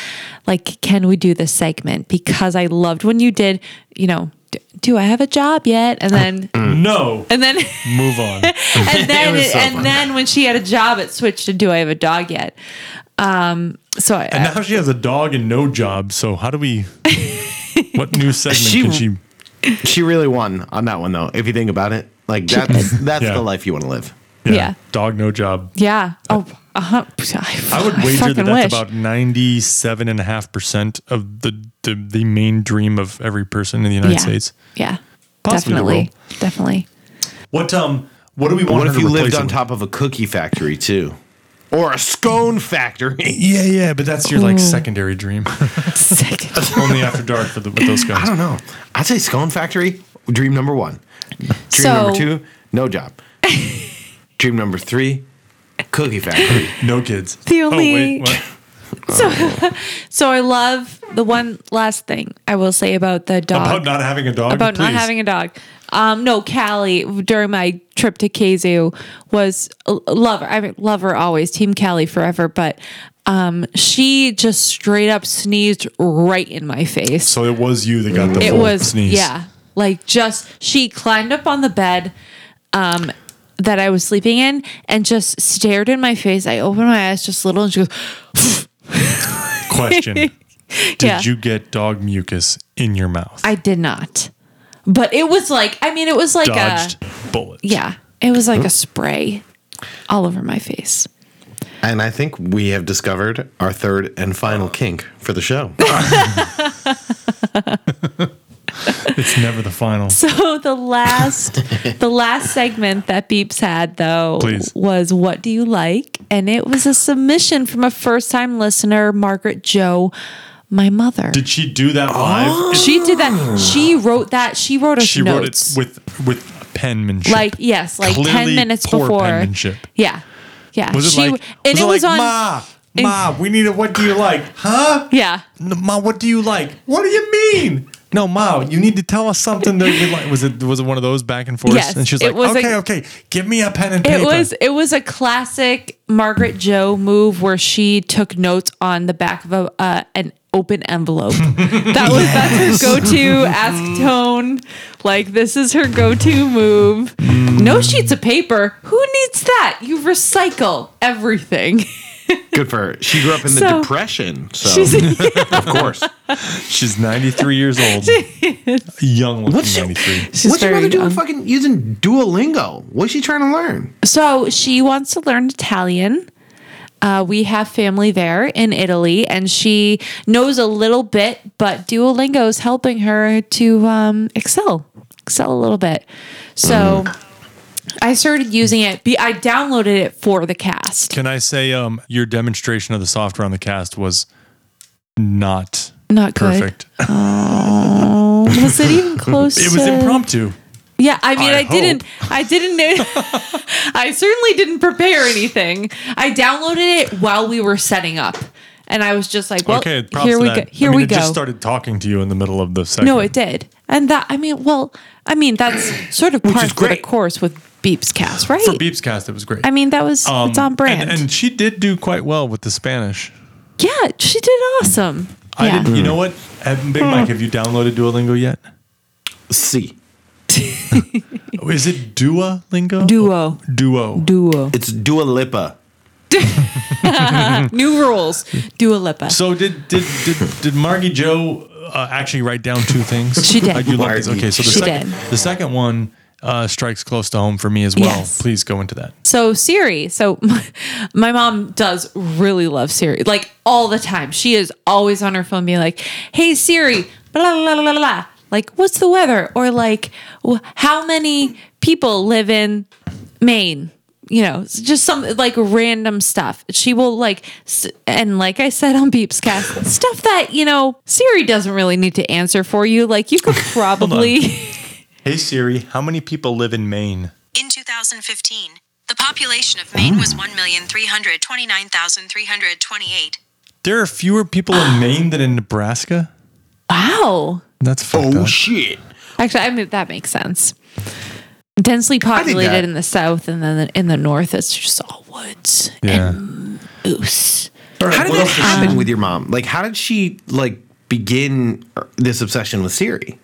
Speaker 4: like, can we do this segment? Because I loved when you did, you know, d- do I have a job yet? And then
Speaker 3: Mm. No,
Speaker 4: and then
Speaker 3: move on.
Speaker 4: and then
Speaker 5: was so
Speaker 4: and
Speaker 5: fun.
Speaker 4: then when she had a job it switched to do I have a dog yet? Um so I,
Speaker 3: And now she has a dog and no job. So how do we? what new segment
Speaker 5: She-
Speaker 3: can she?
Speaker 5: She really won on that one though. If you think about it, like that's that's
Speaker 3: Yeah.
Speaker 5: the life you want to live.
Speaker 4: yeah.
Speaker 3: Dog, no job.
Speaker 4: Yeah. Oh, uh-huh. I,
Speaker 3: I would wager that
Speaker 4: fucking
Speaker 3: that's
Speaker 4: wish.
Speaker 3: about ninety-seven and a half percent of the, the the main dream of every person in the United
Speaker 4: yeah.
Speaker 3: States.
Speaker 4: Yeah.
Speaker 3: Possibly the
Speaker 4: definitely. Definitely.
Speaker 3: What um? What do we want?
Speaker 5: What
Speaker 3: her
Speaker 5: if
Speaker 3: to
Speaker 5: you
Speaker 3: replace
Speaker 5: lived
Speaker 3: it
Speaker 5: on
Speaker 3: with?
Speaker 5: top of a cookie factory too, or a scone factory?
Speaker 3: Yeah, yeah, but that's your like secondary dream. Only after dark for the, with those
Speaker 5: I
Speaker 3: guys.
Speaker 5: don't know. I'd say scone factory. Dream number one. Dream
Speaker 4: So-
Speaker 5: number two. No job. dream number three. Cookie factory.
Speaker 3: No kids.
Speaker 4: The only-
Speaker 3: Oh wait, what?
Speaker 4: So I love the one last thing I will say about the dog.
Speaker 3: about not having a dog.
Speaker 4: about not
Speaker 3: Please.
Speaker 4: having a dog. Um, no, Callie during my trip to Keizu was love her. I mean, love her always. Team Callie forever. But um, she just straight up sneezed right in my face.
Speaker 3: So it was you that got the
Speaker 4: Mm. it
Speaker 3: full
Speaker 4: was
Speaker 3: sneeze.
Speaker 4: yeah like just she climbed up on the bed um that i was sleeping in and just stared in my face i opened my eyes just a little and she goes
Speaker 3: Question: Did
Speaker 4: yeah
Speaker 3: you get dog mucus in your mouth?
Speaker 4: i did not but it was like i mean it was like
Speaker 3: Dodged
Speaker 4: a
Speaker 3: bullet.
Speaker 4: yeah it was like a spray all over my face
Speaker 5: And I think we have discovered our third and final kink for the show.
Speaker 3: It's never the final.
Speaker 4: so the last the last segment that beeps had though
Speaker 3: Please.
Speaker 4: was what do you like and it was a submission from a first time listener margaret joe my mother
Speaker 3: Did she do that live?
Speaker 4: She did that. She wrote that. She wrote us
Speaker 3: she
Speaker 4: notes.
Speaker 3: wrote it with with penmanship.
Speaker 4: like yes, like ten
Speaker 3: Clearly
Speaker 4: minutes
Speaker 3: poor
Speaker 4: before.
Speaker 3: penmanship.
Speaker 4: Yeah, yeah.
Speaker 3: was it
Speaker 4: she
Speaker 3: like?
Speaker 4: and
Speaker 3: was
Speaker 4: it,
Speaker 3: it,
Speaker 4: was
Speaker 3: like,
Speaker 4: on.
Speaker 3: Ma, Ma, we need a. What do you like? Huh?
Speaker 4: Yeah,
Speaker 3: No, Ma, what do you like? What do you mean? No, Ma, you need to tell us something that we like. Was it was it one of those back and forth?
Speaker 4: Yes,
Speaker 3: and she was like,
Speaker 4: it was a-
Speaker 3: okay, okay, give me a pen and paper.
Speaker 4: it was. It was a classic Margaret Joe move where she took notes on the back of a uh, an open envelope. that was that's her go to ask tone. Like this is her go to move. No sheets of paper. Who needs that? You recycle everything.
Speaker 5: Good for her. She grew up in the
Speaker 4: So-
Speaker 5: depression, so
Speaker 4: She's
Speaker 5: of course.
Speaker 3: She's ninety three years old, young
Speaker 5: What's
Speaker 3: looking
Speaker 5: she-
Speaker 3: ninety three.
Speaker 4: she's
Speaker 5: What's your
Speaker 4: very
Speaker 5: mother doing?
Speaker 4: young.
Speaker 5: Fucking using Duolingo. What's she trying to learn?
Speaker 4: So she wants to learn Italian. Uh, we have family there in Italy, and she knows a little bit, but Duolingo is helping her to um, excel, excel a little bit. So I started using it. Be- I downloaded it for the cast,
Speaker 3: Can I say um, your demonstration of the software on the cast was not
Speaker 4: Not good.
Speaker 3: perfect.
Speaker 4: Was it even close?
Speaker 3: It was
Speaker 4: to-
Speaker 3: impromptu.
Speaker 4: Yeah, I mean,
Speaker 3: I
Speaker 4: I, didn't, I didn't, I certainly didn't prepare anything. I downloaded it while we were setting up, and I was just like, "Well,
Speaker 3: okay, props
Speaker 4: here
Speaker 3: to
Speaker 4: we
Speaker 3: that.
Speaker 4: go. Here
Speaker 3: I mean,
Speaker 4: we
Speaker 3: it
Speaker 4: go."
Speaker 3: just started talking to you in the middle of the segment.
Speaker 4: no, it did, and that I mean, well, I mean, that's sort of part
Speaker 5: is
Speaker 4: of the
Speaker 5: great.
Speaker 4: course with Beeps Cast, right?
Speaker 3: For Beeps Cast, it was great.
Speaker 4: I mean, that was
Speaker 3: Um,
Speaker 4: it's on brand.
Speaker 3: And, and she did do quite well with the Spanish.
Speaker 4: yeah, she did awesome.
Speaker 3: I
Speaker 4: yeah, Hmm.
Speaker 3: didn't, you know what? Have- Big Mike, have you downloaded Duolingo yet?
Speaker 5: C.
Speaker 3: Oh, Is it Duolingo?
Speaker 4: duo,
Speaker 3: Duo.
Speaker 4: duo,
Speaker 5: It's Dua Lipa.
Speaker 3: Mm.
Speaker 4: new rules, Dua Lipa.
Speaker 3: So did did did, did Margie Joe uh, actually write down two things?
Speaker 4: She did.
Speaker 3: I do love this. Okay, so the
Speaker 4: She
Speaker 3: second
Speaker 4: did.
Speaker 3: the second one uh, strikes close to home for me as well.
Speaker 4: Yes.
Speaker 3: Please go into that.
Speaker 4: So Siri, so my, my mom does really love Siri, like all the time. She is always on her phone, being like, "Hey Siri, blah blah blah blah blah." Like, what's the weather? Or like, wh- how many people live in Maine? You know, s- just some like random stuff. She will like, s- and like I said on Beepscast, stuff that you know Siri doesn't really need to answer for you. Like, you could probably.
Speaker 3: Hey Siri, how many people live in Maine?
Speaker 10: In 2015, the population of Maine was 1,329,328.
Speaker 3: There are fewer people in Maine than in Nebraska.
Speaker 4: wow.
Speaker 3: That's fucked up.
Speaker 5: Oh, shit.
Speaker 4: Actually, I mean that makes sense. Densely
Speaker 5: that.
Speaker 4: populated in the south, and then in the north, it's just all woods
Speaker 3: Yeah.
Speaker 4: and moose.
Speaker 5: How did that happen with your mom? Like, how did she like begin this obsession with Siri?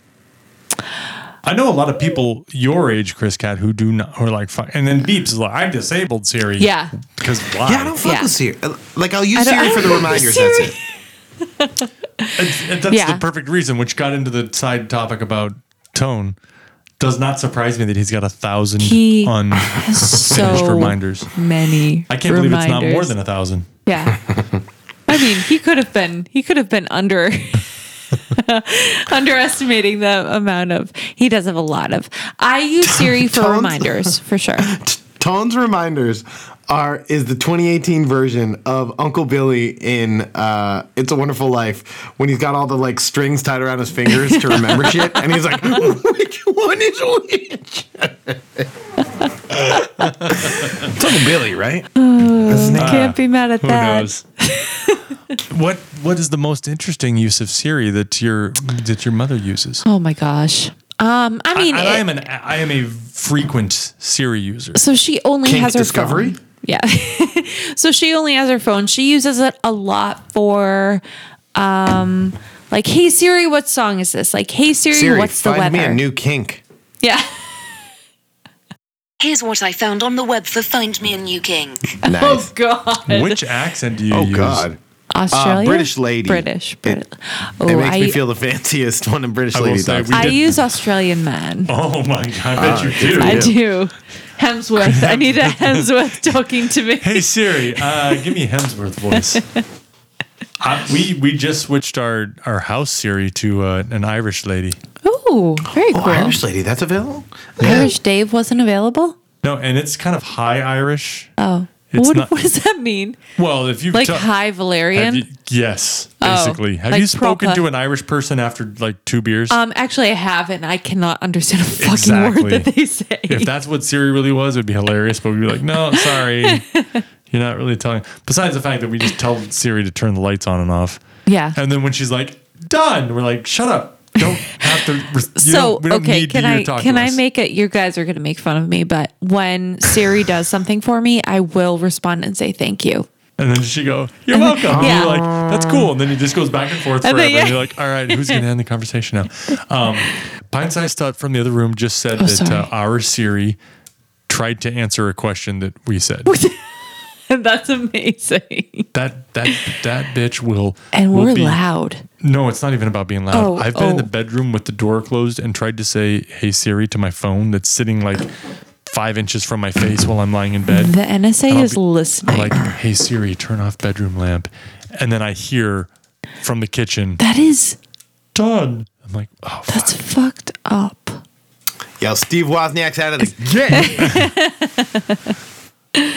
Speaker 3: I know a lot of people your age, Chris Cat, who do not who are like fuck and then beeps is like, I disabled Siri.
Speaker 4: Yeah.
Speaker 3: Because why?
Speaker 5: Yeah, I don't fuck
Speaker 4: Yeah.
Speaker 5: with Siri. Like, I'll use
Speaker 4: I don't-
Speaker 5: Siri for the
Speaker 4: I don't use
Speaker 5: reminders.
Speaker 4: Siri.
Speaker 5: That's it.
Speaker 3: It's- it- that's
Speaker 4: Yeah.
Speaker 3: the perfect reason, which got into the side topic about tone. Does not surprise me that he's got a thousand
Speaker 4: He-
Speaker 3: unfinished
Speaker 4: So
Speaker 3: reminders.
Speaker 4: many.
Speaker 3: I can't believe it's not more than a thousand.
Speaker 4: yeah. I mean, he could have been. He could have been under. underestimating the amount of he does have a lot of i use siri for
Speaker 5: Tons.
Speaker 4: reminders for sure
Speaker 5: Tone's reminders are is the 2018 version of Uncle Billy in uh, "It's a Wonderful Life" when he's got all the like strings tied around his fingers to remember shit, and he's like, "Which one is which?" it's Uncle Billy, right? That's his name.
Speaker 4: can't be mad at
Speaker 3: Who
Speaker 4: that
Speaker 3: knows? what what is the most interesting use of Siri that your that your mother uses?
Speaker 4: oh my gosh um i mean
Speaker 3: I, I
Speaker 4: it-
Speaker 3: am an I am a frequent Siri user.
Speaker 4: so she only
Speaker 5: Kink
Speaker 4: has her
Speaker 5: discovery.
Speaker 4: phone. Yeah. so she only has her phone. She uses it a lot for um like hey Siri, what song is this? Like hey Siri,
Speaker 5: Siri,
Speaker 4: what's the
Speaker 5: find
Speaker 4: weather?
Speaker 5: me a new kink.
Speaker 4: yeah.
Speaker 11: Here's what I found on the web for Find Me a New Kink.
Speaker 5: Nice.
Speaker 3: Oh,
Speaker 4: god.
Speaker 3: Which accent do you
Speaker 5: Oh
Speaker 3: use?
Speaker 5: God.
Speaker 4: Uh, Australia?
Speaker 5: Uh, British lady.
Speaker 4: British. Brit-
Speaker 5: It
Speaker 4: oh,
Speaker 5: makes
Speaker 4: I,
Speaker 5: me feel the fanciest when a British
Speaker 3: I will
Speaker 5: lady
Speaker 3: say
Speaker 5: talks.
Speaker 3: we
Speaker 4: I
Speaker 3: did-
Speaker 4: use Australian man.
Speaker 3: Oh my God! I bet
Speaker 5: Ah,
Speaker 3: you
Speaker 5: good
Speaker 3: do.
Speaker 5: for
Speaker 4: I
Speaker 5: yeah.
Speaker 4: do. Hemsworth. I need a Hemsworth talking to me.
Speaker 3: Hey Siri, uh, give me Hemsworth voice. I, we we just switched our our house Siri to uh, an Irish lady.
Speaker 4: Ooh, very cool.
Speaker 5: Oh, Irish lady, that's available.
Speaker 4: Irish Dave wasn't available?
Speaker 3: No, and it's kind of high Irish.
Speaker 4: Oh.
Speaker 3: It's
Speaker 4: What,
Speaker 3: not-
Speaker 4: what does that mean?
Speaker 3: Well, if you've
Speaker 4: Like
Speaker 3: ta-
Speaker 4: high
Speaker 3: have
Speaker 4: Valerian?
Speaker 3: you- yes,
Speaker 4: Oh,
Speaker 3: basically. Have
Speaker 4: like
Speaker 3: you spoken
Speaker 4: proper.
Speaker 3: to an Irish person after like two beers?
Speaker 4: um, actually, I haven't. I cannot understand a fucking word
Speaker 3: Exactly.
Speaker 4: that they say.
Speaker 3: if that's what Siri really was, it would be hilarious. But we'd be like, no, sorry, you're not really telling. Besides the fact that we just tell Siri to turn the lights on and off,
Speaker 4: yeah.
Speaker 3: and then when she's like done, we're like, shut up. Don't have to. re- you
Speaker 4: so
Speaker 3: don't- we don't
Speaker 4: okay,
Speaker 3: need
Speaker 4: can
Speaker 3: you
Speaker 4: I
Speaker 3: to talk
Speaker 4: can
Speaker 3: to
Speaker 4: I
Speaker 3: us.
Speaker 4: make it? You guys are gonna make fun of me, but when Siri does something for me, I will respond and say thank you.
Speaker 3: And then she go, "You're welcome." And
Speaker 4: yeah.
Speaker 3: you're like, "That's cool." And then it just goes back and forth
Speaker 4: And
Speaker 3: forever.
Speaker 4: then-
Speaker 3: And
Speaker 4: yeah.
Speaker 3: you're like, "All right, who's going to end the conversation now?" Um, Pint-sized Stud from the other room just said
Speaker 4: Oh,
Speaker 3: that uh,
Speaker 4: sorry.
Speaker 3: our Siri tried to answer a question that we said.
Speaker 4: That's amazing.
Speaker 3: that that that bitch will.
Speaker 4: And
Speaker 3: will
Speaker 4: we're
Speaker 3: be-
Speaker 4: loud.
Speaker 3: No, it's not even about being loud.
Speaker 4: Oh,
Speaker 3: I've been in the
Speaker 4: oh.
Speaker 3: bedroom with the door closed and tried to say, "Hey Siri" to my phone that's sitting like five inches from my face while I'm lying in bed.
Speaker 4: The NSA
Speaker 3: I'll
Speaker 4: is
Speaker 3: be-
Speaker 4: listening.
Speaker 3: I'm like, hey Siri, turn off bedroom lamp. And then I hear from the kitchen,
Speaker 4: that is
Speaker 3: done. I'm like, oh,
Speaker 4: that's fucked up.
Speaker 5: Yo, Steve Wozniak's out of the game.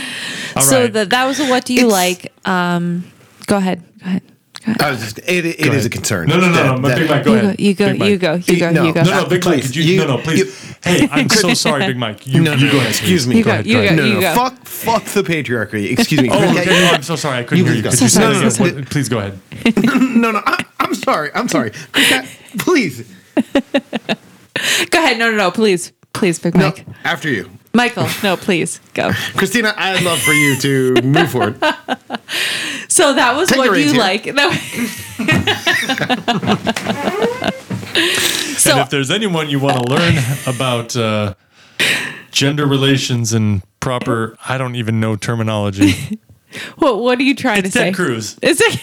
Speaker 3: all
Speaker 4: so
Speaker 3: right.
Speaker 4: the, that was a what do you like? Um, go ahead. Go ahead. Go ahead.
Speaker 5: I was just, it, it is a concern.
Speaker 3: no, no,
Speaker 5: That-
Speaker 3: no, no,
Speaker 5: that-
Speaker 3: Big Mike, go
Speaker 4: you,
Speaker 3: ahead.
Speaker 4: go, you go.
Speaker 3: Big Mike.
Speaker 4: You go. You go.
Speaker 5: No,
Speaker 4: You go.
Speaker 3: No, no, Big Mike,
Speaker 5: Please,
Speaker 3: could you,
Speaker 5: you-
Speaker 3: no, no, please. hey, I'm so sorry, Big Mike. You,
Speaker 5: No,
Speaker 3: you
Speaker 5: no,
Speaker 3: go ahead.
Speaker 5: excuse
Speaker 3: please.
Speaker 5: me. You
Speaker 4: go, you go,
Speaker 3: ahead.
Speaker 5: no, no,
Speaker 4: you go.
Speaker 5: Fuck, fuck the patriarchy. Excuse me.
Speaker 3: Oh,
Speaker 5: Yeah,
Speaker 3: okay.
Speaker 5: yeah,
Speaker 3: I'm so sorry. I couldn't
Speaker 5: You
Speaker 3: hear
Speaker 5: can
Speaker 3: you.
Speaker 5: go.
Speaker 3: Could you
Speaker 5: So
Speaker 3: say that
Speaker 5: sorry. No, no,
Speaker 3: again? What- Please go ahead.
Speaker 5: no, no. I, I'm sorry. I'm sorry. Chrisette, Please.
Speaker 4: Go ahead. No, no, no. Please, please, Big
Speaker 5: No,
Speaker 4: Mike.
Speaker 5: after you.
Speaker 4: Michael, no, please go.
Speaker 5: Christina, I'd love for you to move forward.
Speaker 4: So that was
Speaker 5: Take the
Speaker 4: what you
Speaker 5: reins here.
Speaker 4: like. That
Speaker 3: And
Speaker 4: so
Speaker 3: if there's anyone you want to learn about uh, gender relations and proper, I don't even know terminology.
Speaker 4: what, what are you trying to say?
Speaker 3: Ted Cruz.
Speaker 4: Is it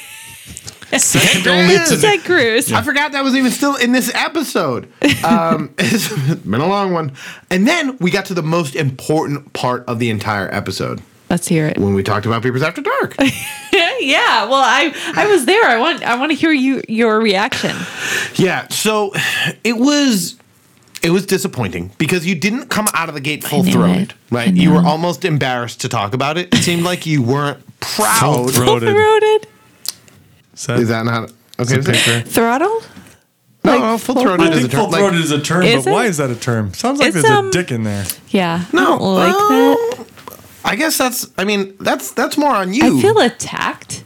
Speaker 3: Second only to
Speaker 4: Ted Cruz?
Speaker 5: I forgot that was even still in this episode. Um, it's been a long one. And then we got to the most important part of the entire episode
Speaker 4: Let's hear it.
Speaker 5: when we talked about Peepers After Dark.
Speaker 4: yeah. Well, I I was there. I want I want to hear you your reaction.
Speaker 5: Yeah, so it was it was disappointing because you didn't come out of the gate full
Speaker 4: knew
Speaker 5: throated,
Speaker 4: it. I
Speaker 5: right?
Speaker 4: knew
Speaker 5: You were
Speaker 4: it.
Speaker 5: almost embarrassed to talk about it. It seemed like you weren't proud.
Speaker 3: Full-throated.
Speaker 4: Throated.
Speaker 3: Is that-
Speaker 5: Is that not okay?
Speaker 3: is that correct?
Speaker 4: Throttled.
Speaker 5: no,
Speaker 4: like
Speaker 5: no, full
Speaker 4: full-
Speaker 5: throated
Speaker 3: I
Speaker 5: is a
Speaker 3: think
Speaker 5: term.
Speaker 3: full
Speaker 5: Like,
Speaker 3: throated is a term,
Speaker 4: Is
Speaker 3: but why
Speaker 4: it?
Speaker 3: is that a term? Sounds like
Speaker 4: It's,
Speaker 3: there's
Speaker 4: um,
Speaker 3: a dick in there.
Speaker 4: Yeah. I
Speaker 5: no,
Speaker 4: don't like
Speaker 5: uh,
Speaker 4: that.
Speaker 5: I guess that's. I mean, that's that's more on you.
Speaker 4: I feel attacked.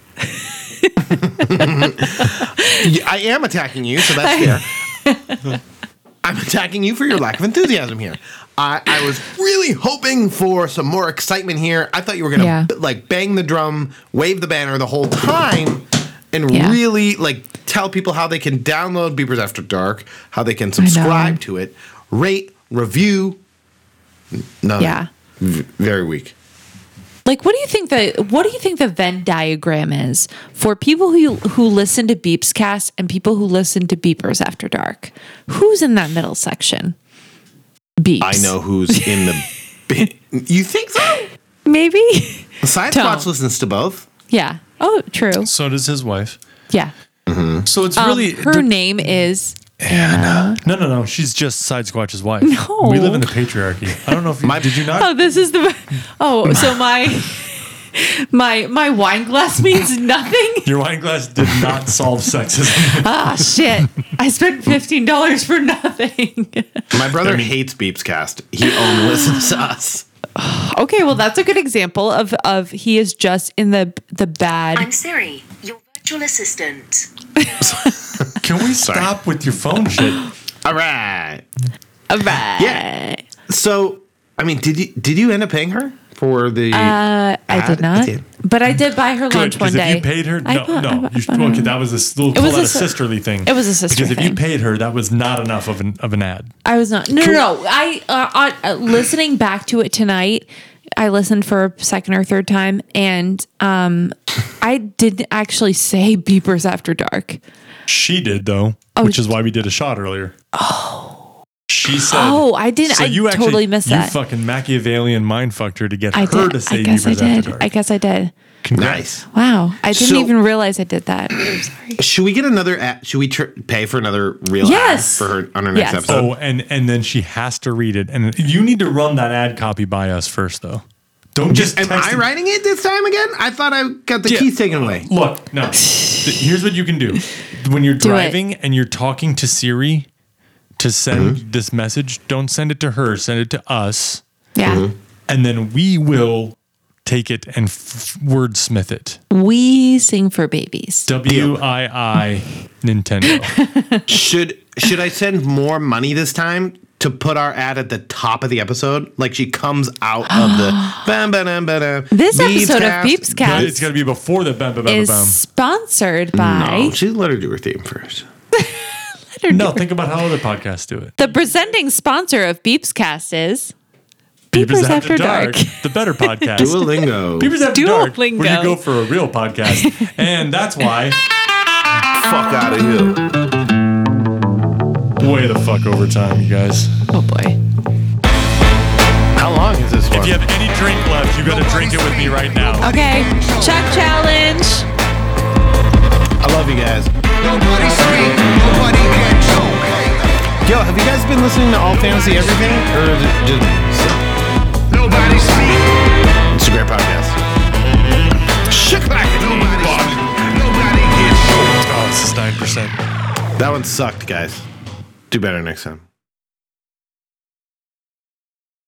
Speaker 5: Y- I am attacking you, so that's fair. I'm attacking you for your lack of enthusiasm here. I, I was really hoping for some more excitement here. I thought you were gonna
Speaker 4: Yeah.
Speaker 5: b- like bang the drum, wave the banner the whole time, and
Speaker 4: Yeah.
Speaker 5: really like tell people how they can download Beepers After Dark, how they can subscribe to it, rate, review. N- No,
Speaker 4: Yeah.
Speaker 5: V- very weak.
Speaker 4: Like, what do you think the what do you think the Venn diagram is for people who who listen to Beeps Cast and people who listen to Beepers After Dark? Who's in that middle section? Beeps.
Speaker 5: I know who's in the. bi- you think so?
Speaker 4: Maybe.
Speaker 5: Sidewatch
Speaker 4: Don't.
Speaker 5: listens to both.
Speaker 4: yeah. Oh, true.
Speaker 3: So does his wife.
Speaker 4: Yeah.
Speaker 3: So it's
Speaker 4: Um,
Speaker 3: really
Speaker 4: her name is Anna.
Speaker 3: no, no, no. She's just Side Squatch's wife.
Speaker 4: No.
Speaker 3: we live in the patriarchy. I don't know if you, did you not.
Speaker 4: Oh, this is the. Oh, so my my my wine glass means nothing.
Speaker 3: Your wine glass did not solve sexism.
Speaker 4: Ah, shit! I spent fifteen dollars for nothing.
Speaker 5: My brother hates Beeps Cast. He only listens to us.
Speaker 4: Okay, well that's a good example of of he is just in the the
Speaker 11: I'm
Speaker 4: bad.
Speaker 11: Siri, your virtual assistant.
Speaker 3: Can we stop with your phone shit?
Speaker 5: All right.
Speaker 4: All right.
Speaker 5: Yeah. So, I mean, did you did you end up paying her for the?
Speaker 4: Uh, I did
Speaker 5: ad?
Speaker 4: not, but I did buy her lunch one
Speaker 3: because
Speaker 4: day.
Speaker 3: if you paid her,
Speaker 4: I
Speaker 3: no,
Speaker 4: bought- I
Speaker 3: no,
Speaker 4: bought-
Speaker 3: you
Speaker 4: I
Speaker 3: should,
Speaker 4: bought her
Speaker 3: okay,
Speaker 4: lunch.
Speaker 3: that was a s- little
Speaker 4: It was
Speaker 3: call
Speaker 4: a
Speaker 3: that a
Speaker 4: sis-
Speaker 3: sisterly thing.
Speaker 4: it was a sister
Speaker 3: Because if you
Speaker 4: thing.
Speaker 3: paid her, that was not enough of an of an ad.
Speaker 4: I was not. No, no, no. I uh, uh, listening back to it tonight. I listened for a second or third time, and um, I didn't actually say beepers after dark.
Speaker 3: She did though,
Speaker 4: Oh,
Speaker 3: which is why we did a shot earlier. Oh, she said.
Speaker 4: Oh, I didn't- I totally missed
Speaker 3: you
Speaker 4: that.
Speaker 3: fucking Machiavellian mind fucked her to get
Speaker 4: I
Speaker 3: her
Speaker 4: did.
Speaker 3: to
Speaker 4: I
Speaker 3: say
Speaker 4: guess I
Speaker 3: Beavers after
Speaker 4: did.
Speaker 3: dark.
Speaker 4: I guess I did.
Speaker 5: Nice.
Speaker 4: Wow, I didn't
Speaker 5: So-
Speaker 4: even realize I did that. I'm sorry.
Speaker 5: Should we get another? Ad, should we tr- pay for another real? ad
Speaker 4: Yes.
Speaker 5: for her on her next
Speaker 4: Yes.
Speaker 5: episode.
Speaker 3: Oh, and and then she has to read it, and you need to run that ad copy by us first, though. Don't just
Speaker 5: Am
Speaker 3: text
Speaker 5: I
Speaker 3: it.
Speaker 5: writing it this time again? I thought I got the
Speaker 3: Yeah.
Speaker 5: keys taken away.
Speaker 3: Look, no. Th- Here's what you can do. When you're
Speaker 4: Do it.
Speaker 3: driving and you're talking to Siri to send this message, don't send it to her, send it to us,
Speaker 4: Yeah,
Speaker 3: and then we will take it and f- wordsmith it.
Speaker 4: we sing for babies.
Speaker 3: W I I Nintendo.
Speaker 5: Should should I send more money this time to put our ad at the top of the episode? Like she comes out of the bam, bam, bam, bam, bam.
Speaker 4: This episode of
Speaker 5: Beepscast.
Speaker 4: Beeps
Speaker 3: But it's
Speaker 4: Cast
Speaker 3: got to be before the bam bam bam
Speaker 4: is
Speaker 3: bam.
Speaker 4: sponsored by
Speaker 5: No, Oh, she let her do her theme first.
Speaker 3: No, think about how other podcasts do it.
Speaker 4: the presenting sponsor of Beeps Cast is
Speaker 3: Beepers
Speaker 4: Beepers After Dark.
Speaker 3: the better podcast.
Speaker 5: Duolingo.
Speaker 3: Beepers After Dark, where you
Speaker 4: Duolingo.
Speaker 3: go for a real podcast. and that's why
Speaker 5: fuck out of here.
Speaker 3: way the fuck over time, you guys.
Speaker 4: Oh boy.
Speaker 5: How long is this one?
Speaker 3: If you have any drink left, you gotta drink it with me right now.
Speaker 4: Okay, Chuck Challenge.
Speaker 5: I love you guys.
Speaker 2: Nobody speak, nobody get choked.
Speaker 5: Yo, have you guys been listening to All Fantasy Everything? Or is it just
Speaker 2: Nobody speak,
Speaker 5: it's a great podcast. Shook back.
Speaker 2: nobody speak, nobody get choked.
Speaker 3: Oh, this is 9%.
Speaker 5: That one sucked, guys. Do better next time.